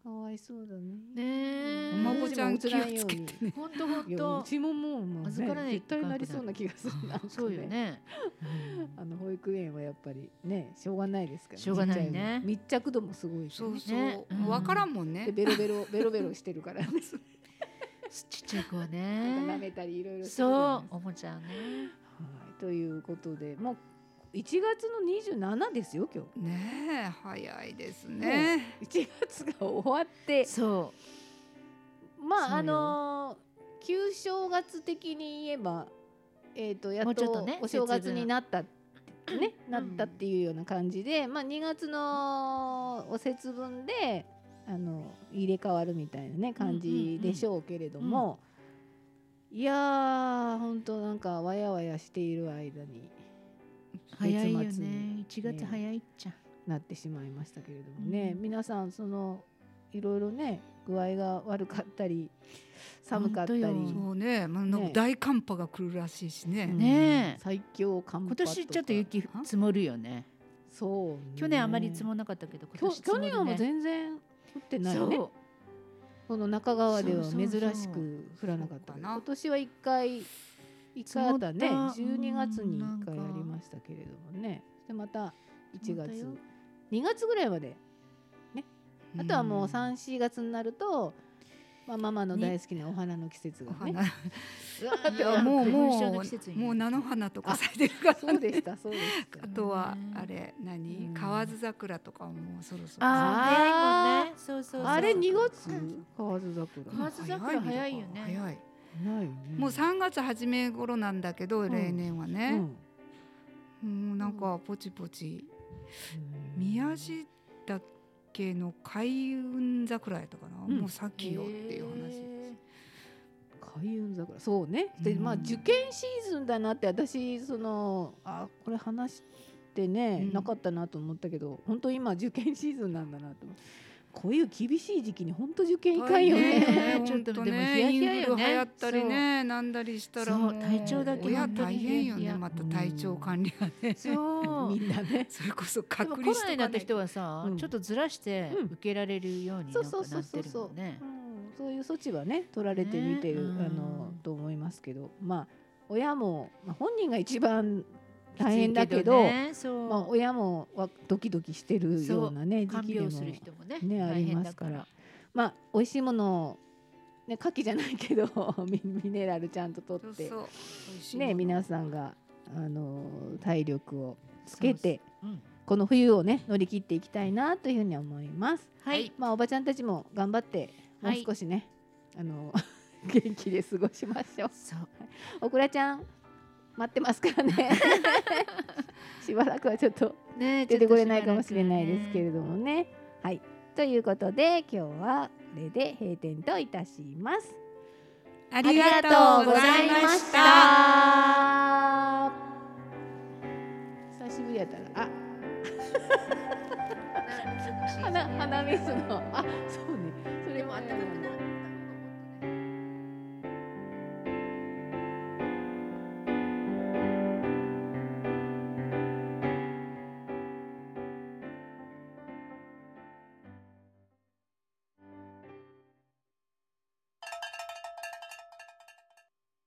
[SPEAKER 3] かわいそうだね
[SPEAKER 2] ねえ
[SPEAKER 1] お孫ちゃん
[SPEAKER 3] う
[SPEAKER 1] 気
[SPEAKER 3] ち
[SPEAKER 1] を
[SPEAKER 3] も映らんよ
[SPEAKER 1] つ
[SPEAKER 3] う
[SPEAKER 1] け
[SPEAKER 3] に
[SPEAKER 1] てね
[SPEAKER 2] ほんとほん
[SPEAKER 3] いやう
[SPEAKER 2] と
[SPEAKER 3] ちももうもう、
[SPEAKER 2] 預からな
[SPEAKER 3] ね、
[SPEAKER 2] い
[SPEAKER 3] 絶対なりそうな気がするなんかね
[SPEAKER 2] そうよねうん
[SPEAKER 3] あの保育園はやっぱりねしょうがないですから、
[SPEAKER 2] しょうがな
[SPEAKER 3] ち
[SPEAKER 2] いね
[SPEAKER 3] っちゃの密着度もすごいし、
[SPEAKER 1] そ
[SPEAKER 3] ね、
[SPEAKER 1] うそう、
[SPEAKER 2] ねうん
[SPEAKER 1] 分からんもん
[SPEAKER 3] で
[SPEAKER 1] ね
[SPEAKER 3] ベロベロベロベロしてるからね
[SPEAKER 2] ちっちゃい子は
[SPEAKER 3] なんか舐
[SPEAKER 2] ね
[SPEAKER 3] めたりいろいろしてるじゃないで
[SPEAKER 2] そ
[SPEAKER 3] すか
[SPEAKER 2] うおもちゃね
[SPEAKER 3] はい、ということでもう1月の27ですよ今
[SPEAKER 1] ねえ早いですね
[SPEAKER 3] 日1月が終わって
[SPEAKER 2] そそう
[SPEAKER 3] ま
[SPEAKER 2] よ
[SPEAKER 3] ああのー旧正月的に言えば、えー、とや
[SPEAKER 2] も
[SPEAKER 3] っ
[SPEAKER 2] うちょっ
[SPEAKER 3] と
[SPEAKER 2] とね
[SPEAKER 3] お正月
[SPEAKER 2] 節分
[SPEAKER 3] になった。ね、
[SPEAKER 2] ん
[SPEAKER 3] なったっていうような感じで、まあ、2月のお節分であの入れ替わるみたいなね感じでしょうけれども、いやーほんとなんかわやわやしている間に
[SPEAKER 2] う早いよ
[SPEAKER 3] 月末
[SPEAKER 2] ね
[SPEAKER 3] に
[SPEAKER 2] 一月早いっちゃ
[SPEAKER 3] なってしまいましたけれどもね、
[SPEAKER 2] うん
[SPEAKER 3] 皆さんそのいろいろね具合が悪かったり寒かったり、
[SPEAKER 2] ほんとよ
[SPEAKER 1] そうね,、まあ、なんか
[SPEAKER 3] ね
[SPEAKER 1] 大寒波が来るらしいしね、
[SPEAKER 3] うん
[SPEAKER 2] ねえ
[SPEAKER 3] 最強寒波
[SPEAKER 2] 今
[SPEAKER 3] とか
[SPEAKER 2] 年ちょっと雪積もるよね
[SPEAKER 3] そう、
[SPEAKER 2] 去年あまり積も
[SPEAKER 3] っ
[SPEAKER 2] んなかったけど今
[SPEAKER 3] 去
[SPEAKER 2] 年積
[SPEAKER 3] 去
[SPEAKER 2] もるね
[SPEAKER 3] 年はもう全然降ってないよね
[SPEAKER 2] そう
[SPEAKER 3] この中川では
[SPEAKER 2] そうそう
[SPEAKER 3] 珍
[SPEAKER 2] そう
[SPEAKER 3] しく降らなかった
[SPEAKER 1] そうか
[SPEAKER 3] けど
[SPEAKER 1] な
[SPEAKER 3] 今年は一回一回あったね
[SPEAKER 2] 積もった
[SPEAKER 3] 12月に
[SPEAKER 2] うん
[SPEAKER 3] 一回
[SPEAKER 2] なん
[SPEAKER 3] あ
[SPEAKER 2] か
[SPEAKER 3] りましたけれどもねでまた1
[SPEAKER 2] 積もった
[SPEAKER 3] 月
[SPEAKER 2] よ
[SPEAKER 3] 2月ぐらいまで
[SPEAKER 1] うん
[SPEAKER 3] あとはもう34月になると、まあ、ママの大好きなお花の季節
[SPEAKER 1] お
[SPEAKER 3] がね
[SPEAKER 1] 花い
[SPEAKER 2] あ
[SPEAKER 1] やもうもうもう
[SPEAKER 2] な
[SPEAKER 1] 菜の花とか咲いてるからね
[SPEAKER 3] そうでしたそうでした
[SPEAKER 1] あとは
[SPEAKER 2] ね
[SPEAKER 1] あれ何
[SPEAKER 3] うん
[SPEAKER 1] 河津桜とかももうそろそろ
[SPEAKER 2] あ
[SPEAKER 3] あー
[SPEAKER 2] あねそうそうそう
[SPEAKER 3] あれ2月
[SPEAKER 2] うん
[SPEAKER 3] 河津桜
[SPEAKER 2] 河津桜
[SPEAKER 1] うん
[SPEAKER 2] 早いよね
[SPEAKER 1] 早い
[SPEAKER 3] ないよね
[SPEAKER 1] もう3月初め頃なんだけど、
[SPEAKER 3] ん
[SPEAKER 1] 例年は
[SPEAKER 3] う
[SPEAKER 1] ね、
[SPEAKER 3] ん
[SPEAKER 1] もうなんかポチポチ、
[SPEAKER 3] うん
[SPEAKER 1] 宮地岳の開運桜やったかな、
[SPEAKER 3] うん
[SPEAKER 1] もう咲きよっていう話
[SPEAKER 2] へ
[SPEAKER 3] 開運桜そうねで、
[SPEAKER 1] うん
[SPEAKER 3] まあ受験シーズンだなって私そのあこれ話してね、
[SPEAKER 1] うん
[SPEAKER 3] なかったなと思ったけど本当今受験シーズンなんだなと思ってこういう厳しい時期に本当受験いかんよね
[SPEAKER 2] ね
[SPEAKER 1] ちょっ
[SPEAKER 2] ちょっと
[SPEAKER 1] と
[SPEAKER 2] で
[SPEAKER 1] ね
[SPEAKER 2] もヒヤヒヤよね
[SPEAKER 1] インフル流行ったりねなんだりしたらもう
[SPEAKER 2] そう体調だけ
[SPEAKER 1] 親
[SPEAKER 2] 本当
[SPEAKER 1] 大
[SPEAKER 2] に
[SPEAKER 1] 変よね
[SPEAKER 2] ヒヤヒヤ
[SPEAKER 1] また体調管理がね
[SPEAKER 2] そう
[SPEAKER 3] みんなね
[SPEAKER 1] それこそ
[SPEAKER 2] でも
[SPEAKER 1] 隔
[SPEAKER 2] コ
[SPEAKER 1] 離
[SPEAKER 2] ロ
[SPEAKER 1] し
[SPEAKER 2] ナ
[SPEAKER 1] とか
[SPEAKER 2] になっ
[SPEAKER 1] ない
[SPEAKER 2] た
[SPEAKER 1] と
[SPEAKER 2] 人はさ、
[SPEAKER 3] うん
[SPEAKER 2] ちょっとずらして
[SPEAKER 3] うん
[SPEAKER 2] 受けられるように
[SPEAKER 3] そ
[SPEAKER 2] なん
[SPEAKER 3] う
[SPEAKER 2] か
[SPEAKER 3] そうそ
[SPEAKER 2] な
[SPEAKER 3] う
[SPEAKER 2] って
[SPEAKER 3] そう
[SPEAKER 2] る
[SPEAKER 3] そ
[SPEAKER 2] も
[SPEAKER 3] う、
[SPEAKER 2] んね
[SPEAKER 3] う。ん、そういう措置はね取られてみてる、
[SPEAKER 2] ね
[SPEAKER 3] あの
[SPEAKER 2] うん
[SPEAKER 3] と思いますけどまあ親も、まあ、本人が一番大変だけど
[SPEAKER 2] きついねそう、
[SPEAKER 3] まあ、親もわドキドキしてるようなね時
[SPEAKER 2] 看
[SPEAKER 3] 期でも
[SPEAKER 2] 病する人もね
[SPEAKER 3] ねあ
[SPEAKER 2] 大
[SPEAKER 3] り
[SPEAKER 2] 変
[SPEAKER 3] ま
[SPEAKER 2] だ
[SPEAKER 3] すからまあ美味しいものをね牡蠣じゃないけど ミミネラルちゃんと取
[SPEAKER 1] そう
[SPEAKER 3] って
[SPEAKER 1] そう美味しいもの
[SPEAKER 3] ね皆さんがあの体力をつけて
[SPEAKER 2] そうそううん
[SPEAKER 3] この冬をね乗り切っていきたいなというふうに思います。
[SPEAKER 2] は
[SPEAKER 1] はいい
[SPEAKER 3] まあおばちゃんたちも頑張っても
[SPEAKER 2] は
[SPEAKER 3] う
[SPEAKER 2] い
[SPEAKER 3] 少しね、あの 元気で過ごしま しょう。
[SPEAKER 2] そう
[SPEAKER 3] おくらちゃん待ってますからね。 しばらくはちょっと
[SPEAKER 2] ね
[SPEAKER 3] 出てこれないかもしれないですけれ
[SPEAKER 2] ど
[SPEAKER 3] どもね。はい、ということで今日はこれで閉店といたします。
[SPEAKER 1] ありがとうございました。
[SPEAKER 3] 久しぶりやったら、あ、
[SPEAKER 2] 花
[SPEAKER 3] 花花水の、あ、そうね、それもあったかくな